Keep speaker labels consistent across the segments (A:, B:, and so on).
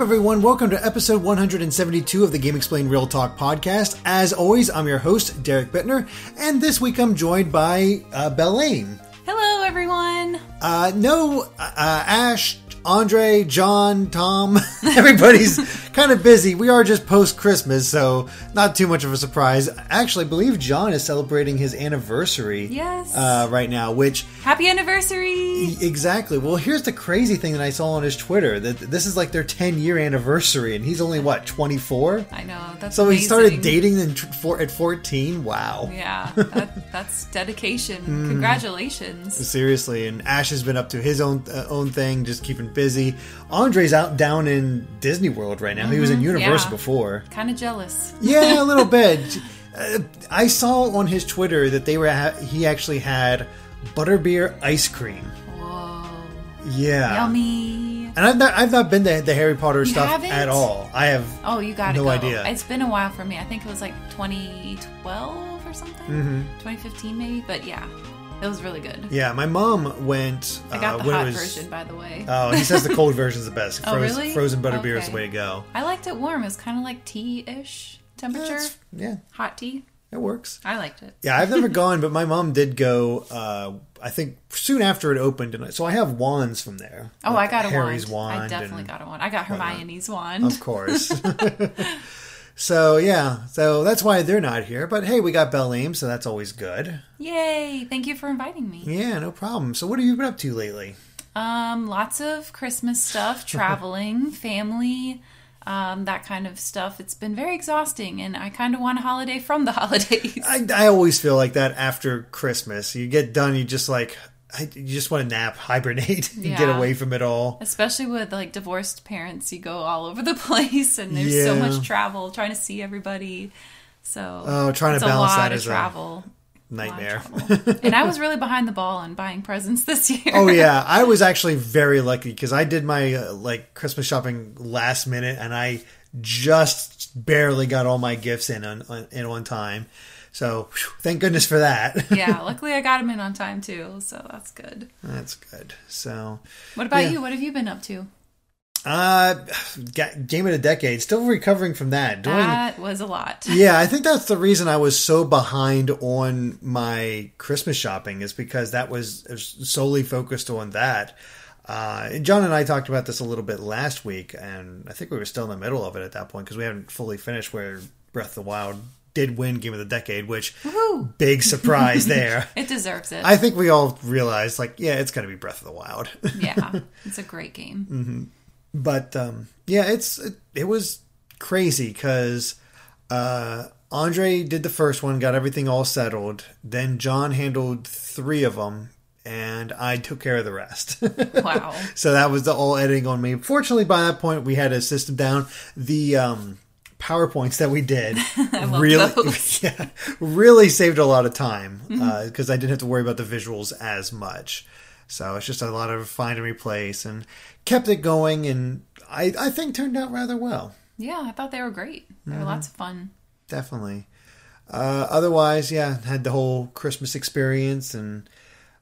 A: everyone? Welcome to episode 172 of the Game Explained Real Talk podcast. As always, I'm your host, Derek Bittner, and this week I'm joined by uh, Belaine.
B: Hello, everyone.
A: Uh, no, uh, Ash, Andre, John, Tom, everybody's kind of busy. We are just post Christmas, so not too much of a surprise. Actually, I believe John is celebrating his anniversary
B: Yes.
A: uh, right now, which
B: Happy anniversary.
A: Exactly. Well, here's the crazy thing that I saw on his Twitter that this is like their 10 year anniversary, and he's only what 24.
B: I know. That's
A: So he
B: amazing.
A: started dating in tw- four, at 14. Wow.
B: Yeah, that, that's dedication.
A: Hmm.
B: Congratulations.
A: Seriously, and Ash has been up to his own uh, own thing, just keeping busy. Andre's out down in Disney World right now. He was in Universe
B: Mm-hmm. yeah.
A: before.
B: Kind of jealous.
A: Yeah, a little bit. Uh, I saw on his Twitter that they were ha- he actually had butterbeer ice cream.
B: Whoa.
A: Yeah.
B: Yummy.
A: And I've not, I've not been to the Harry Potter stuff
B: haven't?
A: at all. I have.
B: Oh, you got to
A: No
B: go.
A: idea.
B: It's been a while for me. I think it was like 2012 or something.
A: Mm-hmm.
B: 2015 maybe. But yeah, it was really good.
A: Yeah, my mom went.
B: I got
A: uh,
B: the
A: when it
B: hot
A: was-
B: version, by the way.
A: Oh, he says the cold version's the best.
B: Oh,
A: Frozen,
B: really?
A: frozen butter beer is the
B: Okay.
A: way to go.
B: I liked it warm. It was kind of like tea-ish temperature.
A: That's- yeah,
B: hot tea.
A: it works.
B: I liked it.
A: Yeah, I've never gone, but my mom did go. Uh, I think soon after it opened, and I- so I have wands from there.
B: Oh, I
A: Like
B: got a
A: Harry's
B: wand.
A: wand.
B: I definitely
A: and-
B: got a wand. I got Hermione's wand.
A: Of course. so yeah, so that's why they're not here. But hey, we got Bellame, so that's always good.
B: Yay! Thank you for inviting me.
A: Yeah, no problem. So what have you been up to lately?
B: Um, lots of Christmas stuff, traveling, family, um, that kind of stuff. It's been very exhausting, and I kind of want a holiday from the holidays.
A: I, I always feel like that after Christmas. You get done, you just like I, you just want to nap, hibernate, and get
B: Yeah.
A: away from it all.
B: Especially with like divorced parents, you go all over the place, and there's so
A: Yeah.
B: much travel, trying to see everybody. So
A: Oh, trying to
B: it's
A: balance
B: a lot
A: that
B: of
A: is a
B: travel. A lot of
A: Nightmare.
B: travel. and I was really behind the ball on buying presents this year.
A: oh yeah, I was actually very lucky because I did my uh, like Christmas shopping last minute, and I just barely got all my gifts in on, on in on time. So phew, thank goodness for that.
B: yeah, luckily I got him in on time too, so that's good.
A: That's good. So
B: What about
A: Yeah.
B: you? What have you been up to?
A: uh, ga- game of the decade. Still recovering from that. Doing
B: That was a lot.
A: yeah, I think that's the reason I was so behind on my Christmas shopping is because that was solely focused on that. Uh, and John and I talked about this a little bit last week, and I think we were still in the middle of it at that point because we haven't fully finished where Breath of the Wild did win Game of the Decade, which
B: Woohoo!
A: big surprise there.
B: It deserves it.
A: I think we all realized, like, yeah, it's going to be Breath of the Wild.
B: yeah, it's a great game.
A: but um, yeah, it's it, it was crazy because uh, Andre did the first one, got everything all settled. Then John handled three of them, and I took care of the rest.
B: Wow.
A: so that was the all editing on me. Fortunately, by that point, we had a system down. The um, powerpoints that we did
B: love
A: really,
B: those.
A: yeah, really saved a lot of time because I didn't have to worry about the visuals as much. So it's just a lot of find and replace, and kept it going, and I, I think turned out rather well.
B: Yeah, I thought they were great. They
A: Mm-hmm.
B: were lots of fun.
A: Definitely. Uh, otherwise, yeah, had the whole Christmas experience and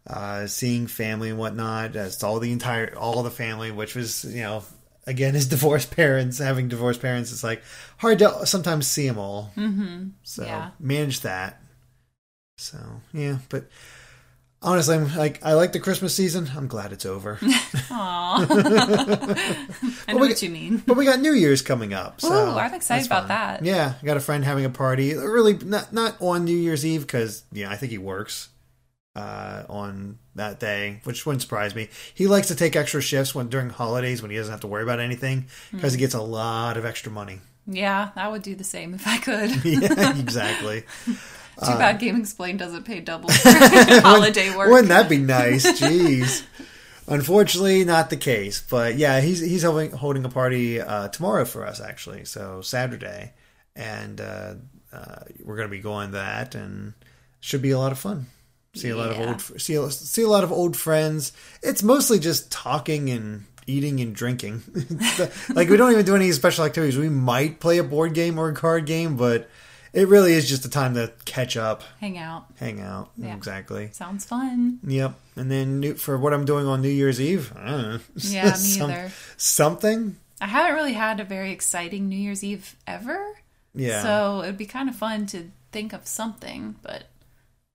A: uh, seeing family and whatnot. Uh, saw the entire all the family, which was you know again his divorced parents having divorced parents. It's like hard to sometimes see them all. Mm-hmm. So
B: Yeah.
A: manage that. So yeah, but honestly, I'm like I like the Christmas season. I'm glad it's over.
B: Aww. I know
A: we-
B: what you mean.
A: But we got New Year's coming up. So
B: Ooh, I'm excited
A: that's
B: about
A: fun.
B: that.
A: Yeah, I got a friend having a party. Really, not not on New Year's Eve because yeah, I think he works uh, on that day, which wouldn't surprise me. He likes to take extra shifts when during holidays when he doesn't have to worry about anything because he gets a lot of extra money.
B: Yeah, I would do the same if I could. Too
A: yeah, exactly. Uh,
B: bad Game Explained doesn't pay double for holiday work.
A: Wouldn't that be nice? Jeez. Unfortunately, not the case. But yeah, he's he's holding, holding a party uh, tomorrow for us actually. So Saturday, and uh, uh, we're going to be going to that, and should be a lot of fun. See a lot
B: Yeah.
A: of old see a- see a lot of old friends. It's mostly just talking and eating and drinking. like we don't even do any special activities. We might play a board game or a card game, but it really is just a time to catch up,
B: Hang out.
A: hang out.
B: Yeah.
A: Exactly.
B: Sounds fun.
A: Yep. And then new, for what I'm doing on New Year's Eve, I don't know.
B: Yeah, me either.
A: Something?
B: I haven't really had a very exciting New Year's Eve ever.
A: Yeah.
B: So it'd be kind of fun to think of something, but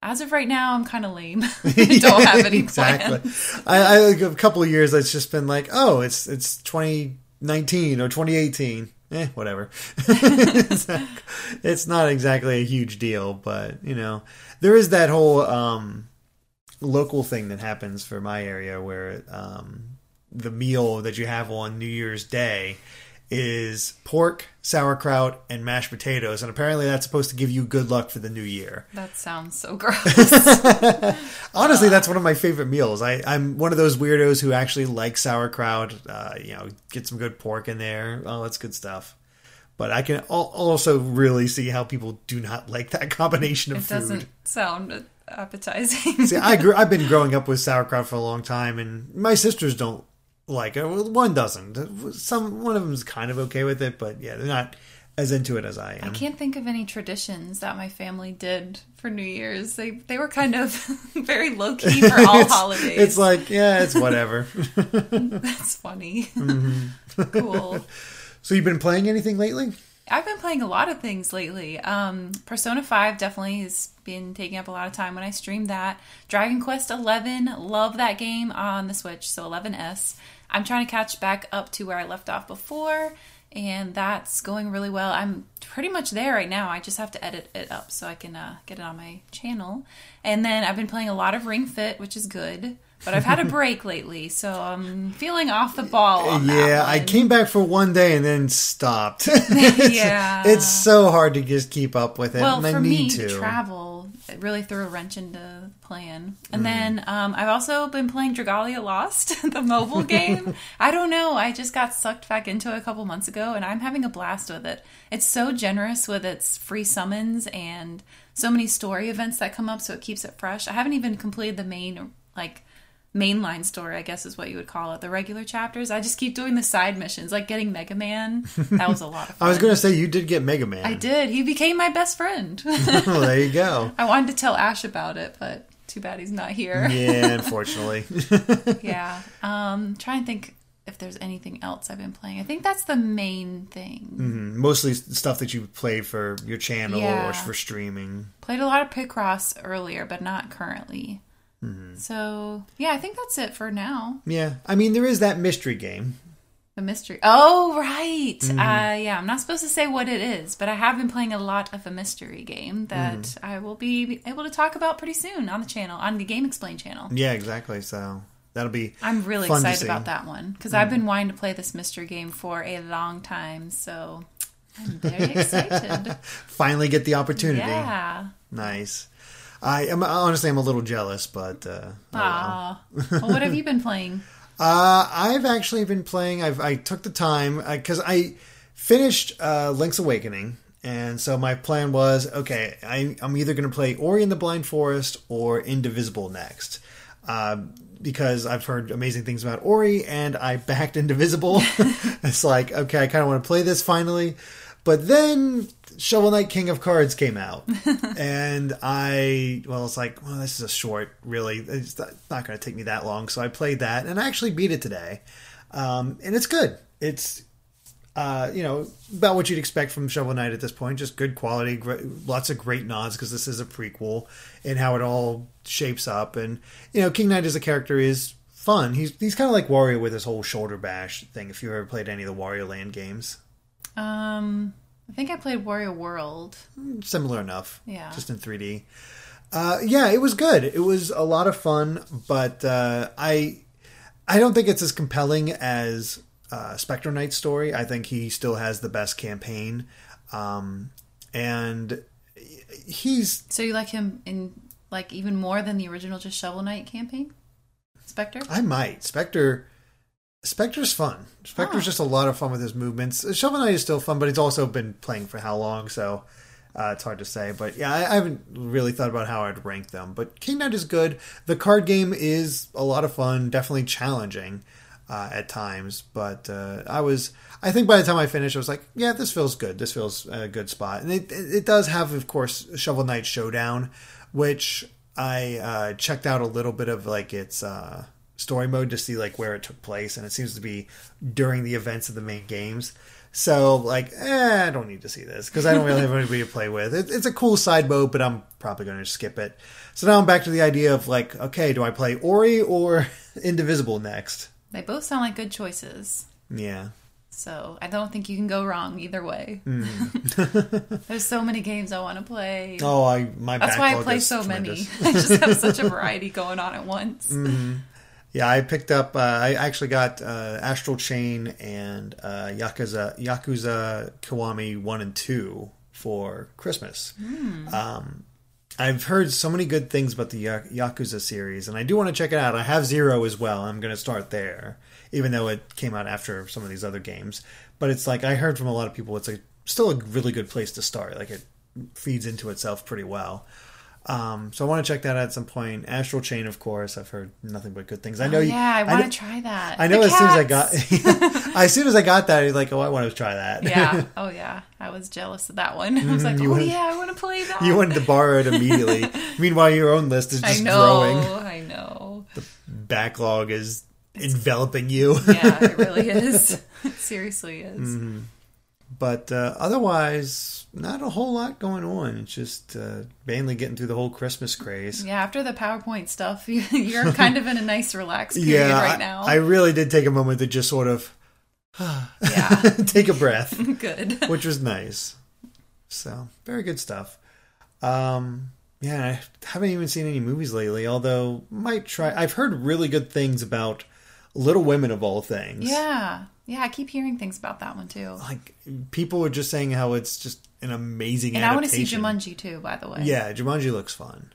B: as of right now, I'm kind of lame. I don't have any
A: exactly.
B: plans.
A: I, I like a couple of years. It's just been like, oh, it's it's 2019 or 2018. Eh, whatever. it's, not, it's not exactly a huge deal, but you know, there is that whole um, local thing that happens for my area where um, the meal that you have on New Year's Day is pork, sauerkraut, and mashed potatoes, and apparently that's supposed to give you good luck for the new year.
B: That sounds so gross.
A: Honestly, that's one of my favorite meals. I, I'm one of those weirdos who actually like sauerkraut. Uh, you know, get some good pork in there. Oh, that's good stuff. But I can al- also really see how people do not like that combination of
B: it
A: food.
B: doesn't sound appetizing.
A: See, I grew. I've been growing up with sauerkraut for a long time, and my sisters don't like it. Well, one doesn't. Some one of them's kind of okay with it, but yeah, they're not as into it as I
B: I
A: am.
B: can't think of any traditions that my family did for New Year's. They they were kind of very low key for all holidays.
A: It's like yeah, it's whatever.
B: That's funny.
A: Mm-hmm.
B: cool.
A: so you've been playing anything lately?
B: I've been playing a lot of things lately. Um, Persona 5 definitely has been taking up a lot of time when I stream that. Dragon Quest 11, love that game on the Switch, so 11S. I'm trying to catch back up to where I left off before, and that's going really well. I'm pretty much there right now. I just have to edit it up so I can uh, get it on my channel. And then I've been playing a lot of Ring Fit, which is good. But I've had a break lately, so I'm feeling off the ball. On that
A: Yeah, I
B: one.
A: came back for one day and then stopped. It's-
B: Yeah.
A: It's so hard to just keep up with it.
B: Uh, well,
A: and I
B: for
A: need
B: me
A: to.
B: to. travel, it really threw a wrench into the plan.
A: Hmm.
B: And then um, I've also been playing Dragalia Lost, the mobile game. I don't know. I just got sucked back into it a couple months ago, and I'm having a blast with it. It's so generous with its free summons and so many story events that come up, so it keeps it fresh. I haven't even completed the main like mainline story, I guess is what you would call it. The regular chapters. I just keep doing the side missions, like getting Mega Man. That was a lot of fun.
A: I was going to say you did get Mega
B: I
A: Man.
B: did. He became my best friend.
A: well, there you go.
B: I wanted to tell Ash about it, but too bad he's not here.
A: Yeah, unfortunately.
B: Yeah. Um, trying to think if there's anything else I've been playing. I think that's the main thing.
A: Hmm. Mostly stuff that you play for your channel
B: Yeah.
A: or for streaming.
B: Played a lot of Picross earlier, but not currently. So yeah, I think that's it for now.
A: Yeah. I mean, there is that mystery game.
B: The mystery. Oh right. Uh, yeah, I'm not supposed to say what it is, but I have been playing a lot of a mystery game that I will be able to talk about pretty soon on the channel, on the Game Explain channel.
A: Yeah, exactly. So that'll be.
B: I'm really
A: Fun to see.
B: excited
A: Mm.
B: about that one because I've been wanting to play this mystery game for a long time. So I'm very excited.
A: Finally get the opportunity. Oh,
B: yeah.
A: Nice. I am honestly I'm a little jealous, but uh, oh well.
B: Aw. well, what have you been playing?
A: Uh, I've actually been playing. I've I took the time because I finished uh, Link's Awakening, and so my plan was okay. I, I'm either going to play Ori and the Blind Forest or Indivisible next. Uh, because I've heard amazing things about Ori, and I backed Indivisible. it's like okay, I kind of want to play this finally, but then Shovel Knight King of Cards came out, and I well, it's like well, this is a short, really. It's not, going to take me that long, so I played that, and I actually beat it today, um, and it's good. It's uh, you know about what you'd expect from Shovel Knight at this point, just good quality, great, lots of great nods because this is a prequel and how it all shapes up, and you know King Knight as a character is fun. He's he's kind of like Wario with his whole shoulder bash thing. If you ever played any of the Wario Land games.
B: Um, I think I played Wario World.
A: similar enough.
B: Yeah.
A: Just in 3D. Uh, yeah, it was good. It was a lot of fun, but uh, I I don't think it's as compelling as uh, Spectre Knight's story. I think he still has the best campaign, um, and he's
B: So you like him in like even more than the original just Shovel Knight campaign? Spectre?
A: I might Spectre. Spectre's fun. Spectre's
B: Huh.
A: just a lot of fun with his movements. Shovel Knight is still fun, but he's also been playing for how long, so uh, it's hard to say. But yeah, I, I haven't really thought about how I'd rank them. But King Knight is good. The card game is a lot of fun, definitely challenging uh, at times. But uh, I was, I think by the time I finished, I was like, yeah, this feels good. This feels a good spot. And it, it does have, of course, Shovel Knight Showdown, which I uh, checked out a little bit of like its. Uh, story mode to see like where it took place, and it seems to be during the events of the main games. So like, eh, I don't need to see this because I don't really have anybody to play with. It, it's a cool side mode, but I'm probably going to skip it. So now I'm back to the idea of like, okay, do I play Ori or Indivisible next?
B: They both sound like good choices.
A: Yeah.
B: So I don't think you can go wrong either way. There's so many games I want to play.
A: Mm. Oh, I my
B: That's why I
A: backlog
B: play
A: is
B: so
A: tremendous.
B: many. I just have such a variety going on at once.
A: Yeah, I picked up. Uh, I actually got uh, Astral Chain and uh, Yakuza Yakuza Kiwami one and two for Christmas. Um, I've heard so many good things about the Ya- Yakuza series, and I do want to check it out. I have Zero as well. I'm going to start there, even though it came out after some of these other games. But it's like I heard from a lot of people, it's a, still a really good place to start. Like it feeds into itself pretty well. Um, so I want to check that out at some point. Astral Chain, of course, I've heard nothing but good things. I know.
B: Oh,
A: you-
B: yeah, I want
A: kn-
B: to try that.
A: I know.
B: The
A: As soon as I
B: cats.
A: got, as soon as I got that, I was like, "Oh, I want to try that."
B: yeah. Oh yeah. I was jealous of that one. I was like,
A: Mm, you
B: oh
A: wanted-
B: yeah, I want to play that.
A: you wanted to borrow it immediately. Meanwhile, your own list is
B: I
A: just
B: know.
A: growing.
B: I know.
A: backlog is enveloping you.
B: Yeah, it really is. it seriously is.
A: Mm. but uh, otherwise, not a whole lot going on. It's just uh, mainly getting through the whole Christmas craze.
B: Yeah. After the PowerPoint stuff, you- you're kind of in a nice, relaxed period
A: Yeah,
B: right
A: I-
B: now.
A: I, really did take a moment to just sort of
B: yeah.
A: take a breath,
B: Good.
A: which was nice. So, very good stuff. Um, yeah, I haven't even seen any movies lately, although might try. I've heard really good things about Little Women of all things.
B: Yeah. Yeah. I keep hearing things about that one too.
A: Like people are just saying how it's just an amazing
B: And I want to see
A: adaptation.
B: Jumanji too, by the way.
A: Yeah, Jumanji looks fun.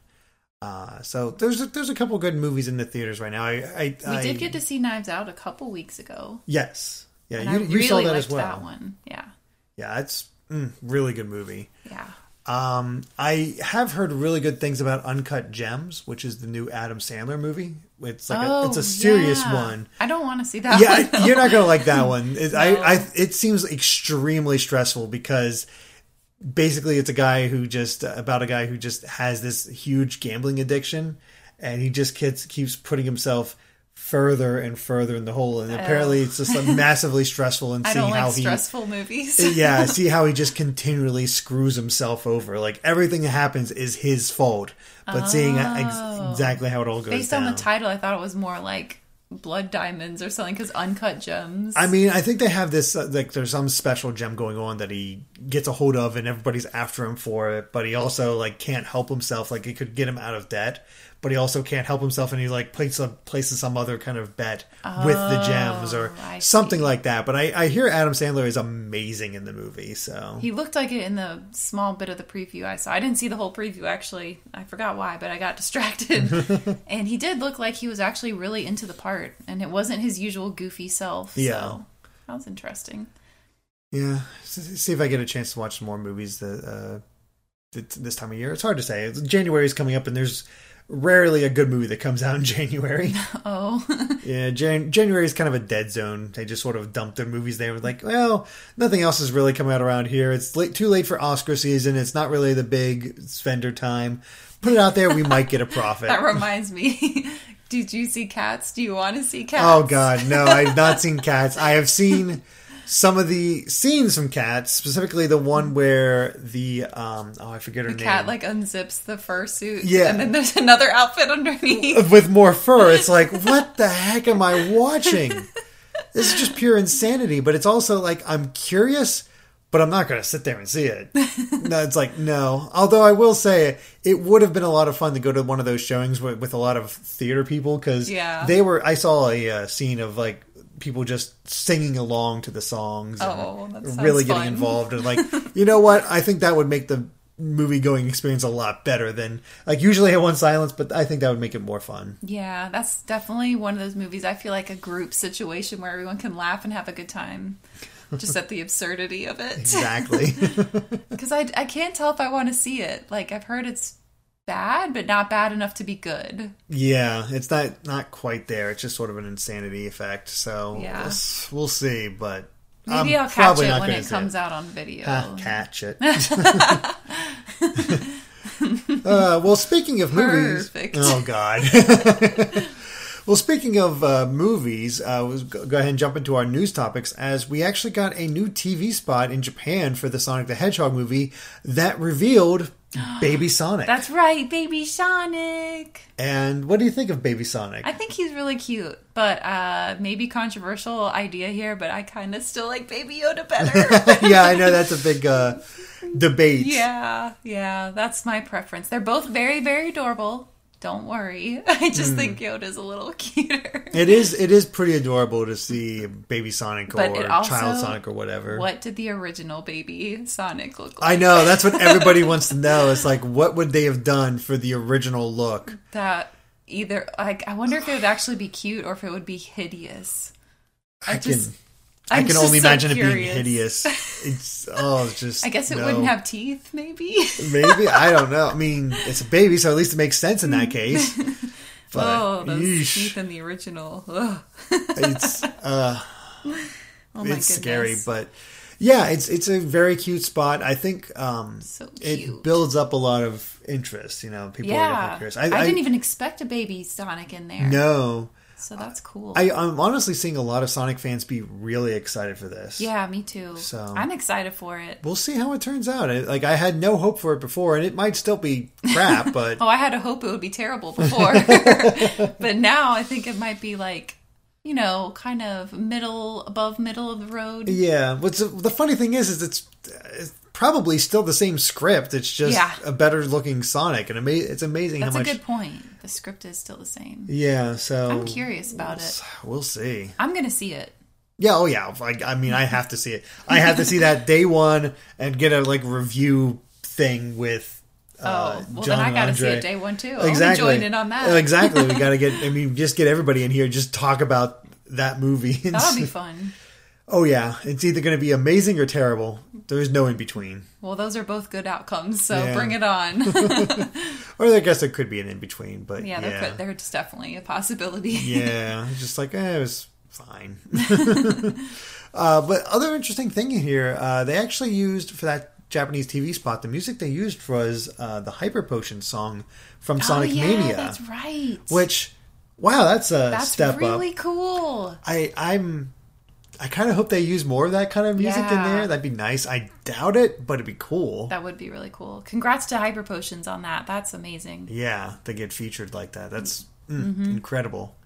A: Uh, so there's a, there's a couple good movies in the theaters right now. I, I
B: We
A: I,
B: did get to see Knives Out a couple weeks ago.
A: yes, yeah,
B: And
A: you,
B: I really
A: you saw that
B: liked
A: as well.
B: that one. Yeah.
A: Yeah, it's mm, really good movie.
B: Yeah.
A: Um, I have heard really good things about Uncut Gems, which is the new Adam Sandler movie. It's like a, it's a serious
B: Oh, yeah.
A: one.
B: I don't want to see that
A: Yeah,
B: one.
A: I- you're not gonna like that one. It, I, I it seems extremely stressful because basically it's a guy who just about a guy who just has this huge gambling addiction and he just gets, keeps putting himself further and further in the hole and apparently it's just like massively stressful and
B: I
A: seeing
B: don't
A: how
B: like
A: he
B: stressful movies.
A: yeah, see how he just continually screws himself over. Like everything that happens is his fault, but seeing ex- exactly how it all goes
B: Oh. Based
A: down.
B: on the title, I thought it was more like Blood Diamonds or something because Uncut Gems.
A: I mean, I think they have this uh, like there's some special gem going on that he gets a hold of, and everybody's after him for it. But he also like can't help himself. Like it could get him out of debt, but he also can't help himself, and he like places some places some other kind of bet with the gems or
B: Oh, I
A: something like that. But I, I hear Adam Sandler is amazing in the movie, so
B: He looked like it in the small bit of the preview I saw. I didn't see the whole preview actually. I forgot why, but I got distracted. and he did look like he was actually really into the part, and it wasn't his usual goofy self.
A: Yeah.
B: So that was interesting.
A: yeah. S- See if I get a chance to watch some more movies that uh, th- this time of year. It's hard to say. January is coming up, and there's rarely a good movie that comes out in January.
B: Oh,
A: Yeah, Jan- January is kind of a dead zone. They just sort of dump their movies there. Like, well, nothing else is really coming out around here. It's late, too late for Oscar season. It's not really the big spender time. Put it out there, we might get a profit.
B: that reminds me. Did you see Cats? Do you want to see Cats?
A: oh God, no! I've not seen Cats. I have seen some of the scenes from Cats, specifically the one where the um oh I forget her
B: The
A: name
B: cat like unzips the fursuit.
A: Yeah.
B: And then there's another outfit underneath.
A: with more fur. It's like, what the heck am I watching? This is just pure insanity. But it's also like I'm curious, but I'm not going to sit there and see it. No, it's like no. Although I will say it would have been a lot of fun to go to one of those showings with, with a lot of theater people because
B: Yeah.
A: they were. I saw a uh, scene of like people just singing along to the songs. and
B: Oh, that sounds
A: really getting
B: fun.
A: involved and like you know what? I think that would make the movie going experience a lot better than like usually I want silence, but I think that would make it more fun.
B: Yeah, that's definitely one of those movies I feel like a group situation where everyone can laugh and have a good time. Just at the absurdity of it.
A: Exactly.
B: Because I, I can't tell if I want to see it. Like, I've heard it's bad, but not bad enough to be good.
A: yeah, it's not not quite there. It's just sort of an insanity effect. So
B: Yeah.
A: we'll, s- we'll see, but
B: Maybe
A: I'm
B: will catch
A: probably
B: it
A: not
B: when
A: gonna
B: it
A: see
B: comes out on video.
A: Ah, catch it. uh, well, speaking of movies,
B: Perfect.
A: oh god. Well, speaking of uh, movies, uh, we'll go go ahead and jump into our news topics as we actually got a new TV spot in Japan for the Sonic the Hedgehog movie that revealed Baby Sonic.
B: That's right, baby Sonic.
A: and what do you think of Baby Sonic?
B: I think he's really cute, but uh maybe controversial idea here, but I kind of still like Baby Yoda better.
A: yeah, I know that's a big uh, debate.
B: yeah, yeah, that's my preference. They're both very, very adorable. Don't worry. I just think
A: Mm.
B: Yoda's a little cuter.
A: It is it is pretty adorable to see Baby Sonic
B: But
A: or
B: it also-
A: Child Sonic or whatever.
B: What did the original baby Sonic look like?
A: I know that's what everybody wants to know. It's like what would they have done for the original look?
B: that either like I wonder if it would actually be cute or if it would be hideous. I,
A: can- i
B: I'm
A: can
B: just
A: only
B: so
A: imagine it being
B: curious.
A: hideous. It's oh, it's just
B: I guess it
A: no.
B: wouldn't have teeth, maybe.
A: Maybe I don't know. I mean, it's a baby, so at least it makes sense in that case. But
B: oh, those
A: yeesh,
B: teeth in the original. Ugh.
A: it's uh,
B: Oh my
A: it's scary,
B: goodness.
A: but yeah, it's it's a very cute spot. I think um,
B: So
A: it
B: cute.
A: builds up a lot of interest. You know, people are definitely
B: yeah,
A: curious.
B: I, didn't even expect a baby Sonic in there.
A: know.
B: so that's cool.
A: I, I'm honestly seeing a lot of Sonic fans be really excited for this.
B: yeah, me too.
A: So-
B: I'm excited for it.
A: We'll see how it turns out. I, like I had no hope for it before, and it might still be crap, but
B: Oh, I had a hope it would be terrible before, but now I think it might be like, you know, kind of middle, above middle of the road.
A: yeah. What's the funny thing is, is it's, it's probably still the same script. It's just
B: Yeah.
A: a better looking Sonic, and ama- it's amazing
B: That's
A: how
B: a
A: much.
B: good point. The script is still the same.
A: yeah, so
B: I'm curious about it.
A: We'll see.
B: I'm gonna see it.
A: Yeah, oh yeah. I, I mean, I have to see it. I have to see that day one and get a like review thing with.
B: Oh,
A: Uh,
B: well
A: John
B: then I
A: and
B: gotta see
A: Andre.
B: it day one too.
A: exactly.
B: I'll be joining on that.
A: Exactly. We got to get. I mean, just get everybody in here. Just talk about that movie. And
B: That'll be
A: see-
B: fun.
A: oh yeah, it's either going to be amazing or terrible. There's no in between.
B: Well, those are both good outcomes, so
A: Yeah.
B: bring it on.
A: Or I guess there could be an in between, but yeah,
B: yeah, there could, there's definitely a possibility.
A: yeah, it's just like eh, it was fine. uh, but other interesting thing here, uh, they actually used for that Japanese TV spot. The music they used was uh, the Hyper Potion song from Sonic
B: oh, yeah,
A: Mania,
B: That's right.
A: which wow, that's a
B: that's
A: step up.
B: really cool.
A: I I'm I kind of hope they use more of that kind of music in
B: Yeah.
A: there. That'd be nice. I doubt it, but it'd be cool.
B: That would be really cool. Congrats to Hyper Potions on that. That's amazing.
A: yeah, they get featured like that. That's mm,
B: Mm-hmm.
A: incredible.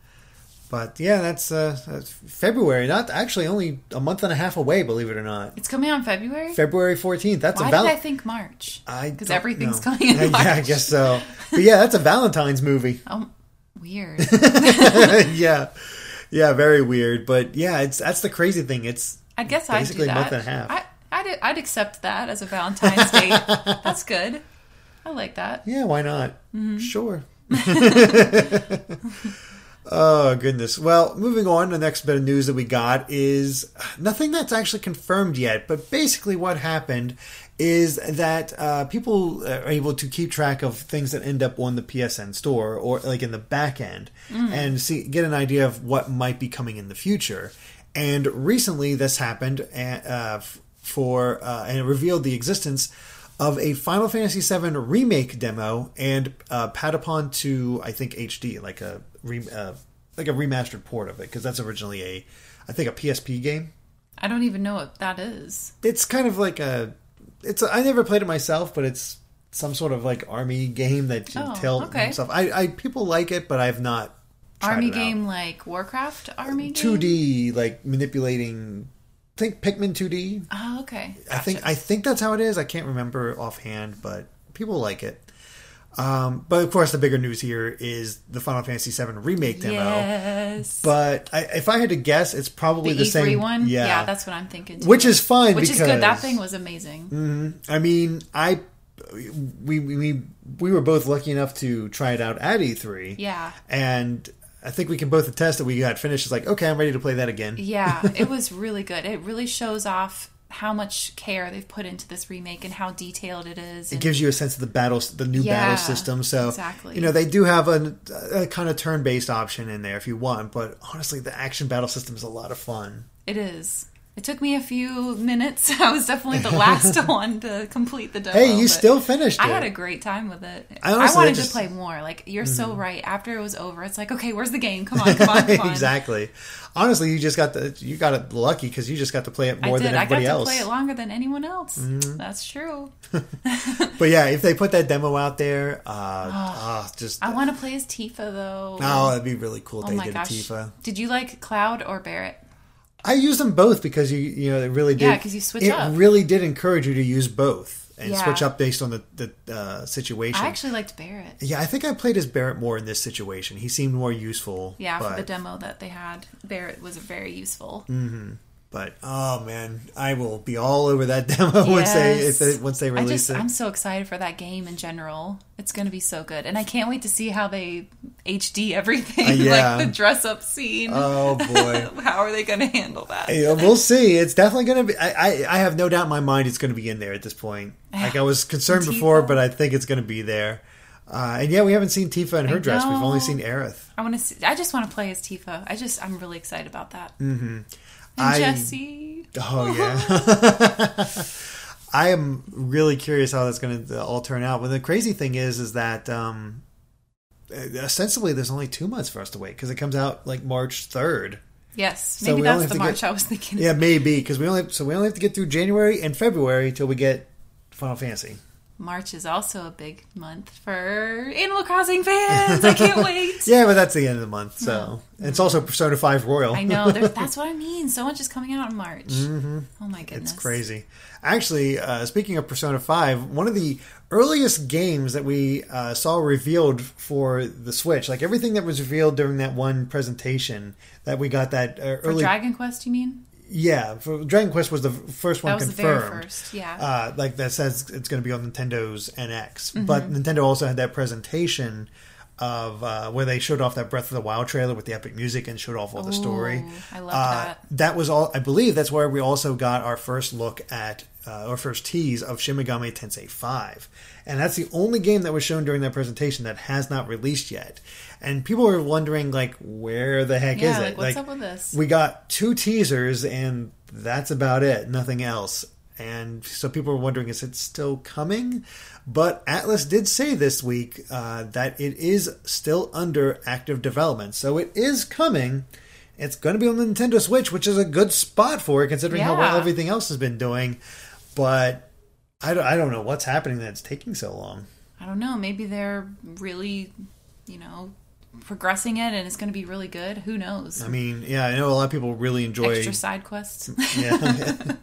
A: But yeah, that's, uh, that's February. Not actually only a month and a half away. Believe it or not,
B: It's coming out in February.
A: February fourteenth. That's
B: Why
A: a val-
B: did I think March?
A: I
B: Because
A: don't
B: everything's
A: know.
B: coming in
A: Yeah,
B: March.
A: Yeah, I guess so. But yeah, that's a Valentine's movie.
B: Um, weird.
A: yeah, yeah, very weird. But yeah, it's that's the crazy thing. It's
B: I guess
A: Basically a
B: I'd do
A: month
B: that.
A: and a half.
B: I, I'd, I'd accept that as a Valentine's date. That's good. I like that.
A: Yeah, why not? Sure. oh goodness. Well, moving on, the next bit of news that we got is uh, nothing that's actually confirmed yet, but basically what happened is that uh, people are able to keep track of things that end up on the PSN store or like in the back end and see get an idea of what might be coming in the future. And recently, this happened uh, uh, f- for uh, and it revealed the existence of a Final Fantasy VII remake demo and uh, Patapon to I think HD, like a re- uh, like a remastered port of it, because that's originally a I think a PSP game.
B: I don't even know what that is.
A: It's kind of like a it's a, I never played it myself, but it's some sort of like army game that you
B: Oh,
A: tell
B: okay.
A: stuff. I, I people like it, but I've not tried
B: Army
A: it out.
B: game like Warcraft army game?
A: 2D like manipulating. Think Pikmin 2D.
B: Oh, okay.
A: I think I think that's how it is. I can't remember offhand, but people like it. Um, but of course, the bigger news here is the Final Fantasy VII remake demo.
B: Yes.
A: But I, if I had to guess, it's probably
B: The,
A: the,
B: E3
A: same
B: one?
A: Yeah,
B: that's what I'm thinking too.
A: which is fine.
B: Which
A: because,
B: is good. That thing was amazing.
A: I mean, I we, we we we were both lucky enough to try it out at E3.
B: Yeah.
A: and I think we can both attest that we got finished. It's like, okay, I'm ready to play that again.
B: Yeah, it was really good. It really shows off how much care they've put into this remake and how detailed it is.
A: it
B: And
A: gives you a sense of the battle, the new battle
B: Yeah,
A: system. So
B: exactly.
A: you know they do have a, a kind of turn-based option in there if you want, but honestly, the action battle system is a lot of fun.
B: it is. It took me a few minutes. I was definitely the last one to complete the demo.
A: Hey, you
B: but
A: still finished it.
B: I had a great time with it.
A: I
B: I,
A: honestly
B: wanted
A: just- Mm-hmm.
B: to play more. Like you're so right. After it was over, it's like, okay, where's the game? Come on, come on, come on.
A: exactly. Honestly, you just got the you got it lucky because you just got to play it
B: I
A: more
B: did.
A: than
B: I got
A: everybody
B: to
A: else. Mm-hmm.
B: play it longer than anyone else. That's true.
A: But yeah, if they put that demo out there, uh, ah, just
B: I want to play as Tifa though.
A: oh, that'd be really cool. if
B: oh
A: they
B: my
A: did
B: gosh.
A: a Tifa.
B: Did you like Cloud or Barrett?
A: I use them both because you you know it really did.
B: Yeah, 'cause you switch
A: It
B: up.
A: really did encourage you to use both and
B: Yeah.
A: switch up based on the the uh, situation.
B: I actually liked Barrett.
A: yeah, I think I played as Barrett more in this situation. He seemed more useful.
B: Yeah,
A: but, Mm,
B: for the demo that they had, Barrett was very useful.
A: But oh man, I will be all over that demo once they if
B: Yes.
A: they, once they
B: I
A: release
B: just
A: it.
B: I'm so excited for that game in general. It's going to be so good, and I can't wait to see how they HD everything,
A: Uh, yeah.
B: like the dress up scene.
A: oh boy.
B: how are they going to handle that?
A: Yeah, we'll see. It's definitely going to be. I, I, I have no doubt in my mind it's going to be in there at this point. Like I was concerned
B: Tifa.
A: before, but I think it's going to be there. Uh, and yeah, we haven't seen Tifa in her dress. We've only
B: know.
A: seen Aerith.
B: I want to. see I just want to play as Tifa. I just I'm really excited about that. Mm-hmm. And
A: I-
B: Jesse.
A: Oh yeah. I am really curious how that's going to all turn out. But the crazy thing is, is that um, uh, ostensibly there's only two months for us to wait because it comes out like March third.
B: Yes,
A: we
B: maybe
A: only
B: that's
A: have
B: the
A: to
B: March
A: get-
B: I was thinking.
A: Yeah, maybe because we only so we only have to get through January and February until we get Final Fantasy.
B: March is also a big month for Animal Crossing fans. I can't wait.
A: Yeah, but that's the end of the month, so And it's also Persona Five Royal.
B: I know. there's- That's what I mean. So much is coming out in March. Oh my goodness.
A: Mm-hmm. It's crazy. Actually, uh, speaking of Persona 5, one of the earliest games that we uh, saw revealed for the Switch, like everything that was revealed during that one presentation that we got that uh,
B: For
A: early.
B: Dragon Quest, you mean?
A: yeah, for, Dragon Quest was the f- first one
B: That was
A: confirmed.
B: the very first. Yeah.
A: Uh, like that says it's going to be on Nintendo's NX.
B: Mm-hmm.
A: But Nintendo also had that presentation of uh, where they showed off that Breath of the Wild trailer with the epic music and showed off all the story.
B: Ooh, I loved
A: uh,
B: that.
A: was all. I believe that's where we also got our first look at. Uh, our first tease of Shin Megami Tensei 5. And that's the only game that was shown during that presentation that has not released yet. And people are wondering, like, where the heck
B: Yeah,
A: is it?
B: like, what's up with this?
A: We got two teasers, and that's about it. Nothing else. And so people are wondering, is it still coming? But Atlas did say this week uh, that it is still under active development, so it is coming. It's going to be on the Nintendo Switch, which is a good spot for it, considering how well
B: Yeah.
A: everything else has been doing. But I don't, I don't know what's happening that's taking so long.
B: I don't know. Maybe they're really, you know, progressing it and it's going to be really good. Who knows?
A: I mean, yeah, I know a lot of people really enjoy.
B: Extra side quests.
A: Yeah,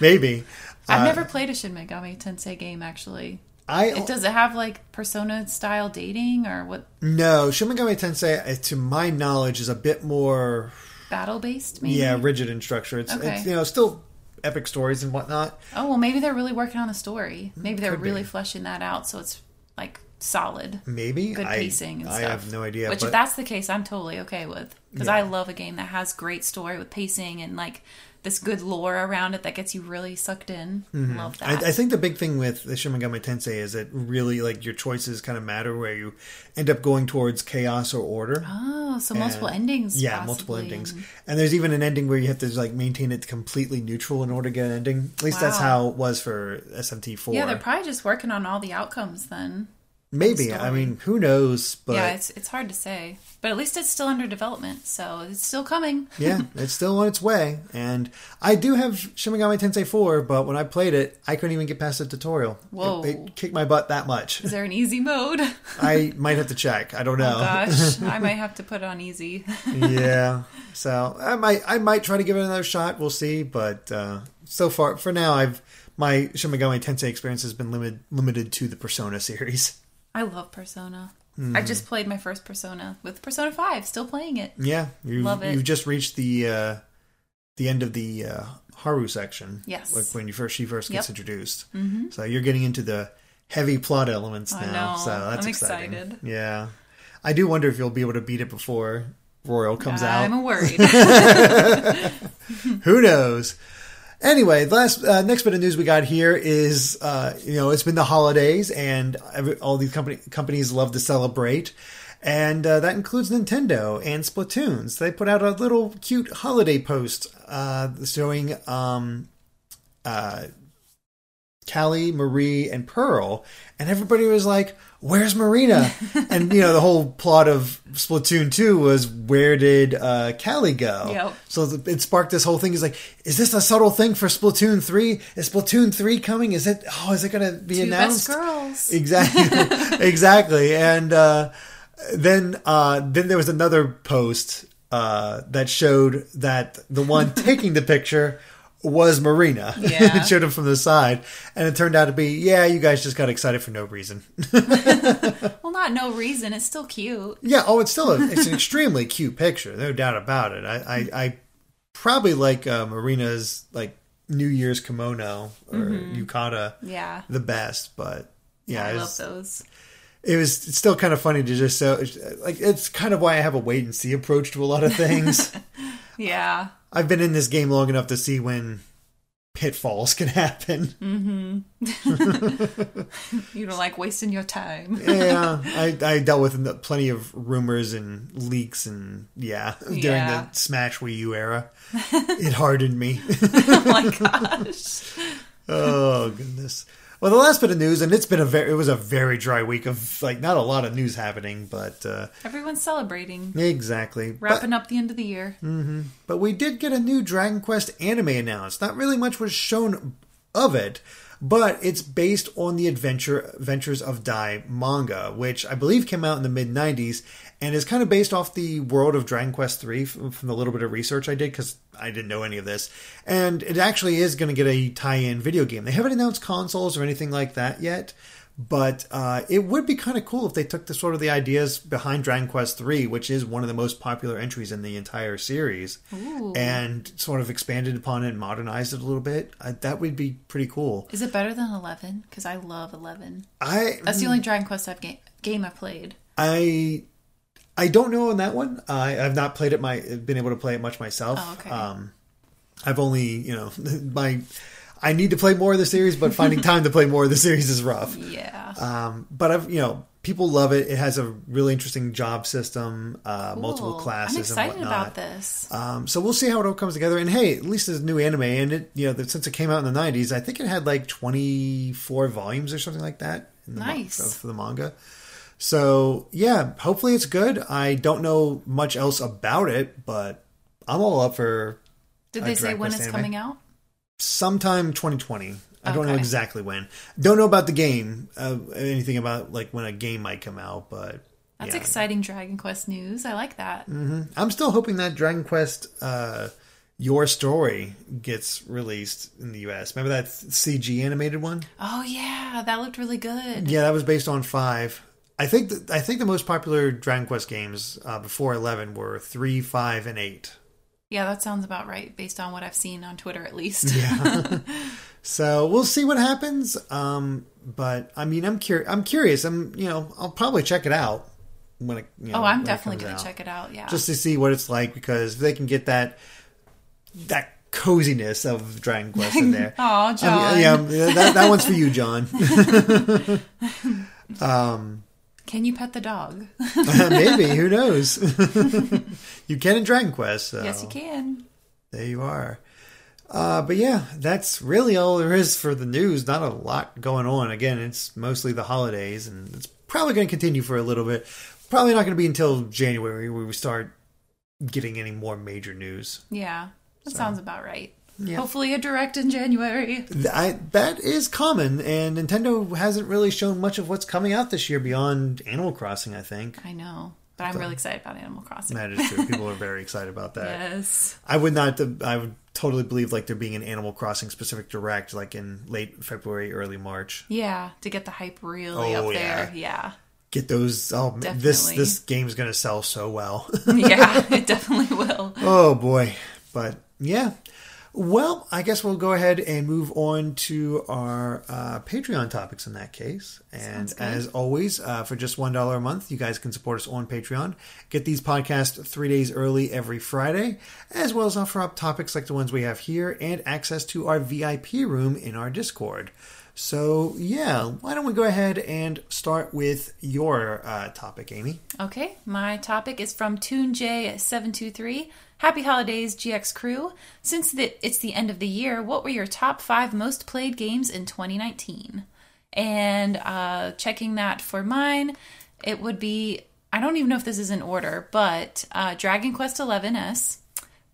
A: maybe. Uh,
B: I've never played a Shin Megami Tensei game actually.
A: I
B: It does it have like persona style dating or what
A: No, Shin Megami Tensei, uh, to my knowledge, is a bit more
B: battle based maybe?
A: yeah rigid in structure. It's,
B: Okay.
A: it's you know still epic stories and whatnot.
B: Oh well maybe they're really working on the story. Maybe they're
A: Mm, could be.
B: really fleshing that out so it's like solid.
A: Maybe
B: Good
A: I-
B: pacing and
A: I,
B: stuff.
A: have no idea.
B: Which
A: but
B: if that's the case, I'm totally okay with. Because I
A: Yeah.
B: love a game that has great story with pacing and like this good lore around it that gets you really sucked in. Love that.
A: Mm-hmm. I, I think the big thing with the Shin Megami Tensei is that really like your choices kind of matter where you end up going towards chaos or order.
B: oh, so multiple
A: and-
B: endings.
A: Yeah, multiple
B: possibly.
A: endings. And there's even an ending where you have to like maintain it completely neutral in order to get an ending. At least that's
B: Wow.
A: how it was for SMT4.
B: Yeah, they're probably just working on all the outcomes then.
A: Maybe. I
B: story.
A: mean, who knows? But
B: yeah, it's it's hard to say, but at least it's still under development, so it's still coming.
A: yeah, it's still on its way. And I do have Shin Megami Tensei 4, but when I played it, I couldn't even get past the tutorial.
B: Whoa.
A: It, it kicked my butt that much.
B: Is there an easy mode?
A: I might have to check. I don't know.
B: Gosh, I might have to put on easy.
A: yeah. So I might I might try to give it another shot. We'll see. But uh, so far, for now, I've my Shin Megami Tensei experience has been limited limited to the Persona series.
B: I love Persona. I
A: Mm-hmm.
B: just played my first Persona with Persona Five, still playing it.
A: Yeah, you
B: Love it.
A: you've just reached the uh, the end of the uh, Haru section.
B: Yes.
A: like when you first she first gets
B: Yep.
A: introduced. Mm-hmm. So you're getting into the heavy plot elements
B: I
A: now.
B: know.
A: So that's
B: I'm
A: exciting.
B: excited.
A: Yeah, I do wonder if you'll be able to beat it before Royal comes out.
B: I'm worried.
A: Who knows? Anyway, the last uh, next bit of news we got here is uh, you know it's been the holidays and every, all these company, companies love to celebrate, and uh, that includes Nintendo and Splatoon's. They put out a little cute holiday post uh, showing um, uh, Callie, Marie, and Pearl, and everybody was like, "Where's Marina?" and you know, the whole plot of Splatoon Two was, "Where did uh, Callie go?"
B: Yep.
A: So th- it sparked this whole thing. Is like, is this a subtle thing for Splatoon Three? Is Splatoon Three coming? Is it? Oh, is it going to be
B: Two
A: announced?
B: best girls.
A: Exactly, exactly. And uh, then, uh, then there was another post uh, that showed that the one taking the picture was Marina.
B: Yeah.
A: it showed him from the side, and it turned out to be, yeah, you guys just got excited for no reason.
B: Well, not no reason. It's still cute.
A: yeah. Oh, it's still a, it's an extremely cute picture, no doubt about it. I, I, I probably like uh, Marina's like New Year's kimono or yukata
B: Yeah.
A: the best, but. Yeah,
B: Mm-hmm. I
A: it's- uh,
B: love those.
A: it was it's still kind of funny to just so like it's kind of why I have a wait and see approach to a lot of things.
B: Yeah.
A: I've been in this game long enough to see when pitfalls can happen.
B: You don't like wasting your time.
A: yeah, I, I dealt with plenty of rumors and leaks and yeah during
B: Yeah.
A: the Smash Wii U era, it hardened me.
B: oh my gosh.
A: oh goodness. Well, the last bit of news, and it's been a very, it was a very dry week of like not a lot of news happening, but uh,
B: Everyone's celebrating.
A: exactly. But-
B: Wrapping up the end of the year.
A: Mm. But we did get a new Dragon Quest anime announced. Not really much was shown of it, but it's based on the adventure Adventures of Dai manga, which I believe came out in the mid 90s and is kind of based off the world of Dragon Quest 3 from from the little bit of research I did cuz I didn't know any of this. And it actually is going to get a tie-in video game. They haven't announced consoles or anything like that yet. But uh, it would be kind of cool if they took the sort of the ideas behind Dragon Quest III, which is one of the most popular entries in the entire series, and sort of expanded upon it and modernized it a little bit. Uh, that would be pretty cool.
B: Is it better than 11? Because I love 11.
A: I
B: That's the only Dragon Quest I've ga- game I've played.
A: I I don't know on that one. I, I've not played it. My been able to play it much myself.
B: Oh, okay.
A: Um, I've only you know my I need to play more of the series, but finding time to play more of the series is rough.
B: Yeah.
A: Um, but I've you know people love it. It has a really interesting job system, uh, multiple
B: Cool.
A: classes.
B: I'm excited
A: and whatnot.
B: about this.
A: Um, so we'll see how it all comes together. And hey, at least it's a new anime, and it you know that since it came out in the '90s, I think it had like 24 volumes or something like that. In the mon-
B: Nice.
A: of for the manga. So yeah, hopefully it's good. I don't know much else about it, but I'm all up for
B: Did
A: a
B: they say
A: Dragon
B: when
A: Quest
B: it's
A: anime.
B: coming out?
A: sometime 2020. I don't know
B: Okay.
A: exactly when. Don't know about the game, uh, anything about like when a game might come out, but
B: That's
A: yeah. Mm.
B: exciting Dragon Quest news. I like that.
A: I'm still hoping that Dragon Quest uh, Your Story gets released in the US. Remember that CG animated one?
B: Oh yeah, that looked really good.
A: Yeah, that was based on 5. I think th- I think the most popular Dragon Quest games uh, before 11 were 3, 5 and 8.
B: Yeah, that sounds about right based on what I've seen on Twitter at least.
A: So we'll see what happens. Um, but I mean, I'm curious. I'm curious. I'm you know I'll probably check it out when it. You know,
B: oh, I'm
A: when it
B: definitely
A: comes
B: going
A: out.
B: to check it out. Yeah.
A: just to see what it's like because if they can get that that coziness of Dragon Quest in there.
B: Aw,
A: I mean, yeah, that, that one's for you, John.
B: Can you pet the dog?
A: Maybe who knows? you can in Dragon Quest. So
B: Yes, you can.
A: There you are. Uh, but yeah, that's really all there is for the news. Not a lot going on. Again, it's mostly the holidays, and it's probably going to continue for a little bit. Probably not going to be until January where we start getting any more major news.
B: Yeah, that sounds about right. Hopefully, a direct in January.
A: Th- I, that is common, and Nintendo hasn't really shown much of what's coming out this year beyond Animal Crossing. I think
B: I know, but I'm really excited about Animal Crossing.
A: that is true. People are very excited about that.
B: Yes.
A: I would not. I would totally believe like there being an Animal Crossing specific direct, like in late February, early March.
B: Yeah, to get the hype really
A: Oh,
B: up
A: yeah.
B: there. Yeah.
A: Get those. Oh, man, this
B: Definitely.
A: this game's gonna sell so well.
B: Yeah, it definitely will.
A: oh boy, but yeah. Well, I guess we'll go ahead and move on to our uh, Patreon topics in that case. And as always, uh, for just $1 a month, you guys can support us on Patreon. Get these podcasts three days early every Friday, as well as offer up topics like the ones we have here and access to our VIP room in our Discord. So, yeah, why don't we go ahead and start with your uh, topic, Amy?
B: Okay, my topic is from ToonJ723. Happy holidays, GX crew. Since the, it's the end of the year, what were your top five most played games in 2019? And uh, checking that for mine, it would be I don't even know if this is in order, but uh, Dragon Quest XI S,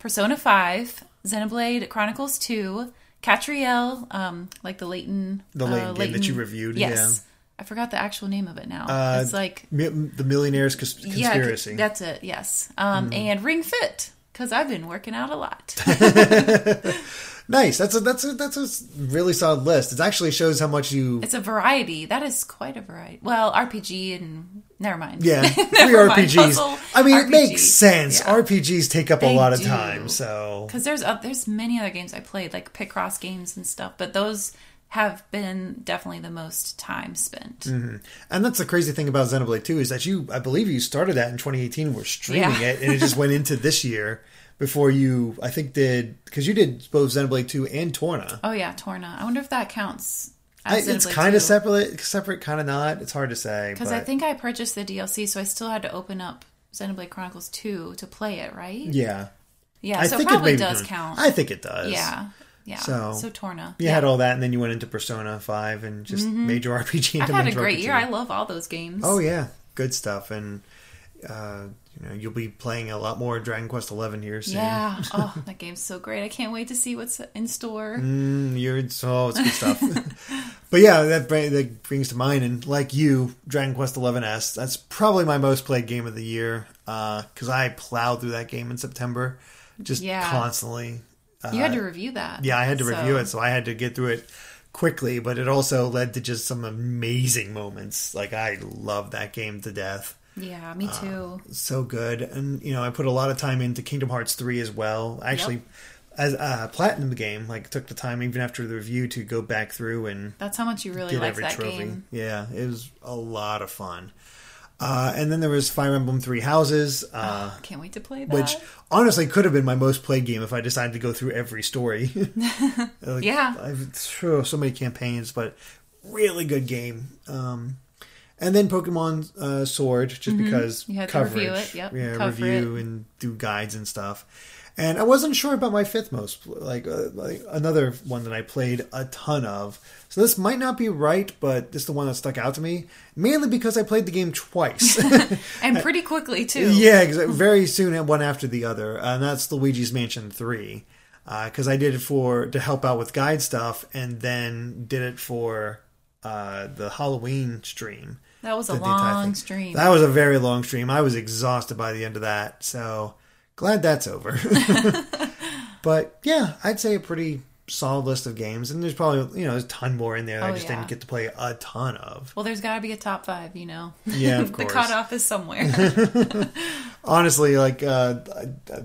B: Persona 5, Xenoblade Chronicles 2, Catriel, um, like the Leighton.
A: The Leighton game that you reviewed,
B: Yes. I forgot the actual name of it now.
A: Uh,
B: it's like
A: Mi- The Millionaire's Cons-
B: yeah,
A: Conspiracy. Mm-hmm.
B: that's it. Yes. Um, And Ring Fit, because I've been working out a lot.
A: nice. That's a that's a that's a really solid list. It actually shows how much you.
B: it's a variety. That is quite a variety. Well, RPG and never mind.
A: Yeah, three
B: Never mind.
A: RPGs.
B: Puzzle,
A: I mean, it
B: RPG.
A: makes sense. RPGs take up a
B: They
A: lot of
B: do.
A: time, so
B: because there's uh, there's many other games I played like Picross games and stuff, but those have been definitely the most time spent.
A: Mm-hmm. And that's the crazy thing about Xenoblade 2 is that you, I believe you started that in 2018 and were streaming
B: Yeah.
A: it, and it just went into this year before you, I think, did because you did both Xenoblade 2 and Torna.
B: Oh yeah, Torna. I wonder if that counts.
A: I, it's kind of separate, separate, kind of not. It's hard to say.
B: because
A: but-
B: I think I purchased the DLC, so I still had to open up Xenoblade Chronicles Two to play it, right?
A: yeah,
B: Yeah,
A: I
B: so
A: think
B: it probably
A: may be
B: does
A: Torna.
B: count.
A: I think it does.
B: yeah, yeah.
A: So-
B: So, Torna.
A: you had all that, and then you went into Persona 5 and just made your RPG.
B: Mm-hmm. I've
A: into
B: had a
A: major
B: great
A: RPG.
B: year. I love all those games.
A: Oh yeah, good stuff, and uh, you know you'll be playing a lot more Dragon Quest Eleven here soon.
B: yeah. oh, that game's so great. I can't wait to see what's in store.
A: Mm, you're so it's good stuff. but yeah, that br- that brings to mind, and like you, Dragon Quest Eleven S. That's probably my most played game of the year because I plowed through that game in September, just
B: Yeah.
A: constantly.
B: you had to review that.
A: uh, Yeah, I had to
B: so-
A: review it, so I had to get through it quickly. But it also led to just some amazing moments. Like I love that game to death.
B: Yeah,
A: Uh,
B: me too.
A: so good and you know i put a lot of time into kingdom hearts 3 as well I actually as uh platinum the game like took the time even after the review to go back through and
B: That's how much you really
A: get
B: like
A: every
B: that
A: trophy
B: game.
A: yeah it was a lot of fun uh and then there was fire emblem three houses uh
B: I can't wait to play that.
A: which honestly could have been my most played game if I decided to go through every story. Like,
B: Yeah.
A: I've through so many campaigns, but really good game. Um, and then Pokemon uh, Sword, just because
B: Mm-hmm. You had to
A: coverage,
B: review it, yep,
A: yeah,
B: cover
A: review and do guides and stuff. And I wasn't sure about my fifth most, like, uh, like another one that I played a ton of. So this might not be right, but this is the one that stuck out to me, mainly because I played the game twice.
B: and pretty quickly too.
A: Yeah, exa- very soon, at one after the other, and that's Luigi's Mansion Three, because I did it for to help out with guide stuff, and then did it for uh, the Halloween stream.
B: That was a
A: The entire
B: long
A: thing.
B: stream.
A: That was a very long stream. I was exhausted by the end of that, so glad that's over. but yeah, I'd say a pretty solid list of games, and there's probably you know there's a ton more in there that I
B: Oh,
A: just
B: yeah.
A: didn't get to play a ton of.
B: well, there's got to be a top five, you know.
A: Yeah, of
B: the
A: course.
B: cutoff is somewhere.
A: Honestly, like uh, I- I-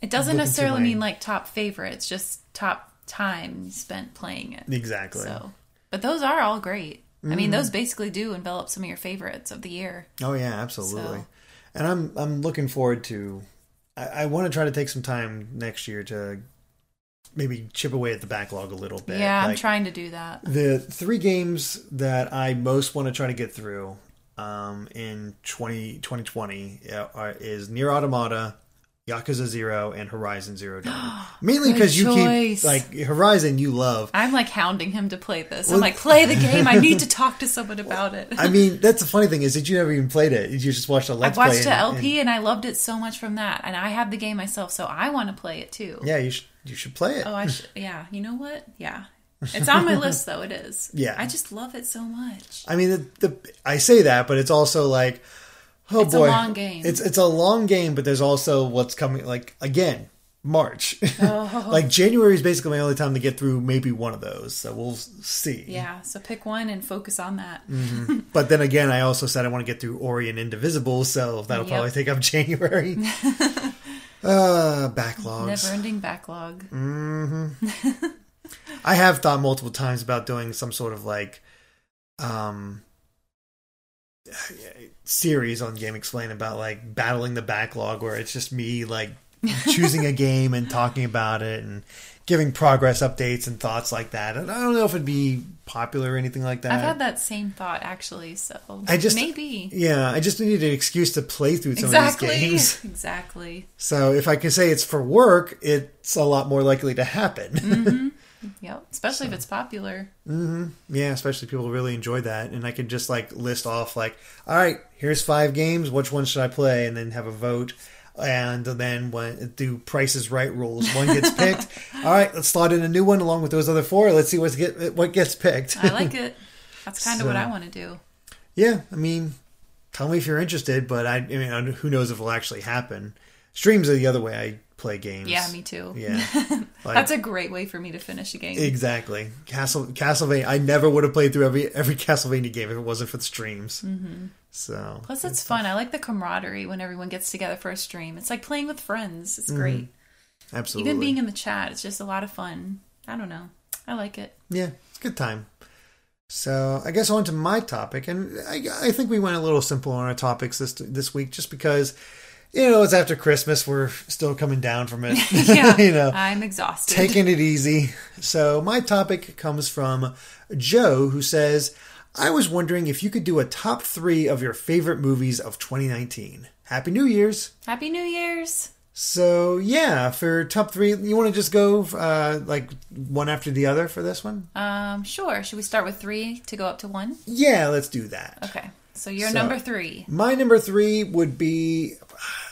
B: it doesn't
A: Looking
B: necessarily
A: to my-
B: mean like top favorites, just top time spent playing it.
A: exactly.
B: So, but those are all great. I mean,
A: Mm.
B: those basically do envelop some of your favorites of the year.
A: Oh yeah, absolutely.
B: So-
A: And I'm I'm looking forward to. I, I want to try to take some time next year to maybe chip away at the backlog a little bit.
B: yeah, I'm
A: Like,
B: trying to do that.
A: The three games that I most want to try to get through um, in 20, 2020 uh, are, is Near Automata. Yakuza Zero and Horizon Zero Dawn, mainly
B: Good
A: because you keep
B: choice.
A: like Horizon, you love,
B: I'm like hounding him to play this. I'm like, play the game. I need to talk to someone about it.
A: I mean, that's the funny thing is that you never even played it. You just watched a
B: I
A: let's
B: watched
A: play.
B: the
A: and-
B: LP and I loved it so much from that. And I have the game myself, so I want to play it too.
A: and- yeah, you should you should play it.
B: Oh, I should. Yeah, you know what? Yeah, it's on my list though. It is.
A: Yeah.
B: I just love it so much.
A: I mean, the, the I say that, but it's also like, oh
B: It's a
A: boy,
B: long game.
A: It's it's a long game, but there's also what's coming. Like again, March.
B: Oh.
A: like January is basically my only time to get through maybe one of those. So we'll see.
B: Yeah. So pick one and focus on that.
A: Mm. But then again, I also said I want to get through Ori and Indivisible, so that'll
B: Yep.
A: probably take up January. uh, backlogs.
B: Never-ending backlog.
A: Mm-hmm. I have thought multiple times about doing some sort of like um series on Game Explain about like battling the backlog where it's just me like choosing a game and talking about it and giving progress updates and thoughts like that. And I don't know if it'd be popular or anything like that.
B: I've had that same thought actually, so
A: I just
B: maybe.
A: yeah, I just needed an excuse to play through some of these
B: Exactly.
A: games.
B: Exactly.
A: So if I can say it's for work, it's a lot more likely to happen.
B: Yep. Especially if it's popular.
A: yeah, especially people really enjoy that, and I can just like list off like, all right, here's five games. Which one should I play? And then have a vote. And then when do prices right rules, one gets picked. all right, let's slot in a new one along with those other four. Let's see what's get what gets picked.
B: I like it. That's kind of what
A: So-
B: I want to do.
A: Yeah, I mean, tell me if you're interested, but I, I mean, who knows if it'll actually happen. Streams are the other way I play games.
B: Yeah, me too.
A: Yeah, like,
B: That's a great way for me to finish a game.
A: exactly. Castle Castlevania. I never would have played through every every Castlevania game if it wasn't for the streams. Mm-hmm. So
B: Plus, it's fun. I like the camaraderie when everyone gets together for a stream. It's like playing with friends.
A: Mm,
B: It's great.
A: absolutely,
B: Even being in the chat, it's just a lot of fun. I don't know. I like it.
A: yeah, it's a good time. So I guess on to my topic, and I, I think we went a little simple on our topics this this week, just because you know it's after Christmas, we're still coming down from it.
B: Yeah.
A: you know,
B: I'm exhausted.
A: taking it easy. So, my topic comes from Joe, who says, I was wondering if you could do a top three of your favorite movies of 2019. Happy New Year's.
B: Happy New Year's.
A: So, yeah, for top three, you want to just go uh, like one after the other for this one?
B: Um, sure. Should we start with three to go up to one?
A: Yeah, let's do that.
B: Okay. So you're
A: So-
B: number three.
A: My number three would be.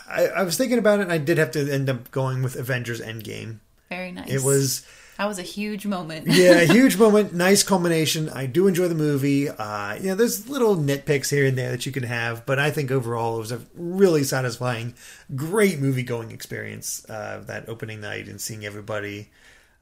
A: I, I was thinking about it, and I did have to end up going with Avengers Endgame.
B: Very nice.
A: It was
B: that was a huge moment.
A: yeah, huge moment, nice culmination. I do enjoy the movie. Uh, you know, there's little nitpicks here and there that you can have, but I think overall it was a really satisfying, great movie going experience. Uh, that opening night and seeing everybody,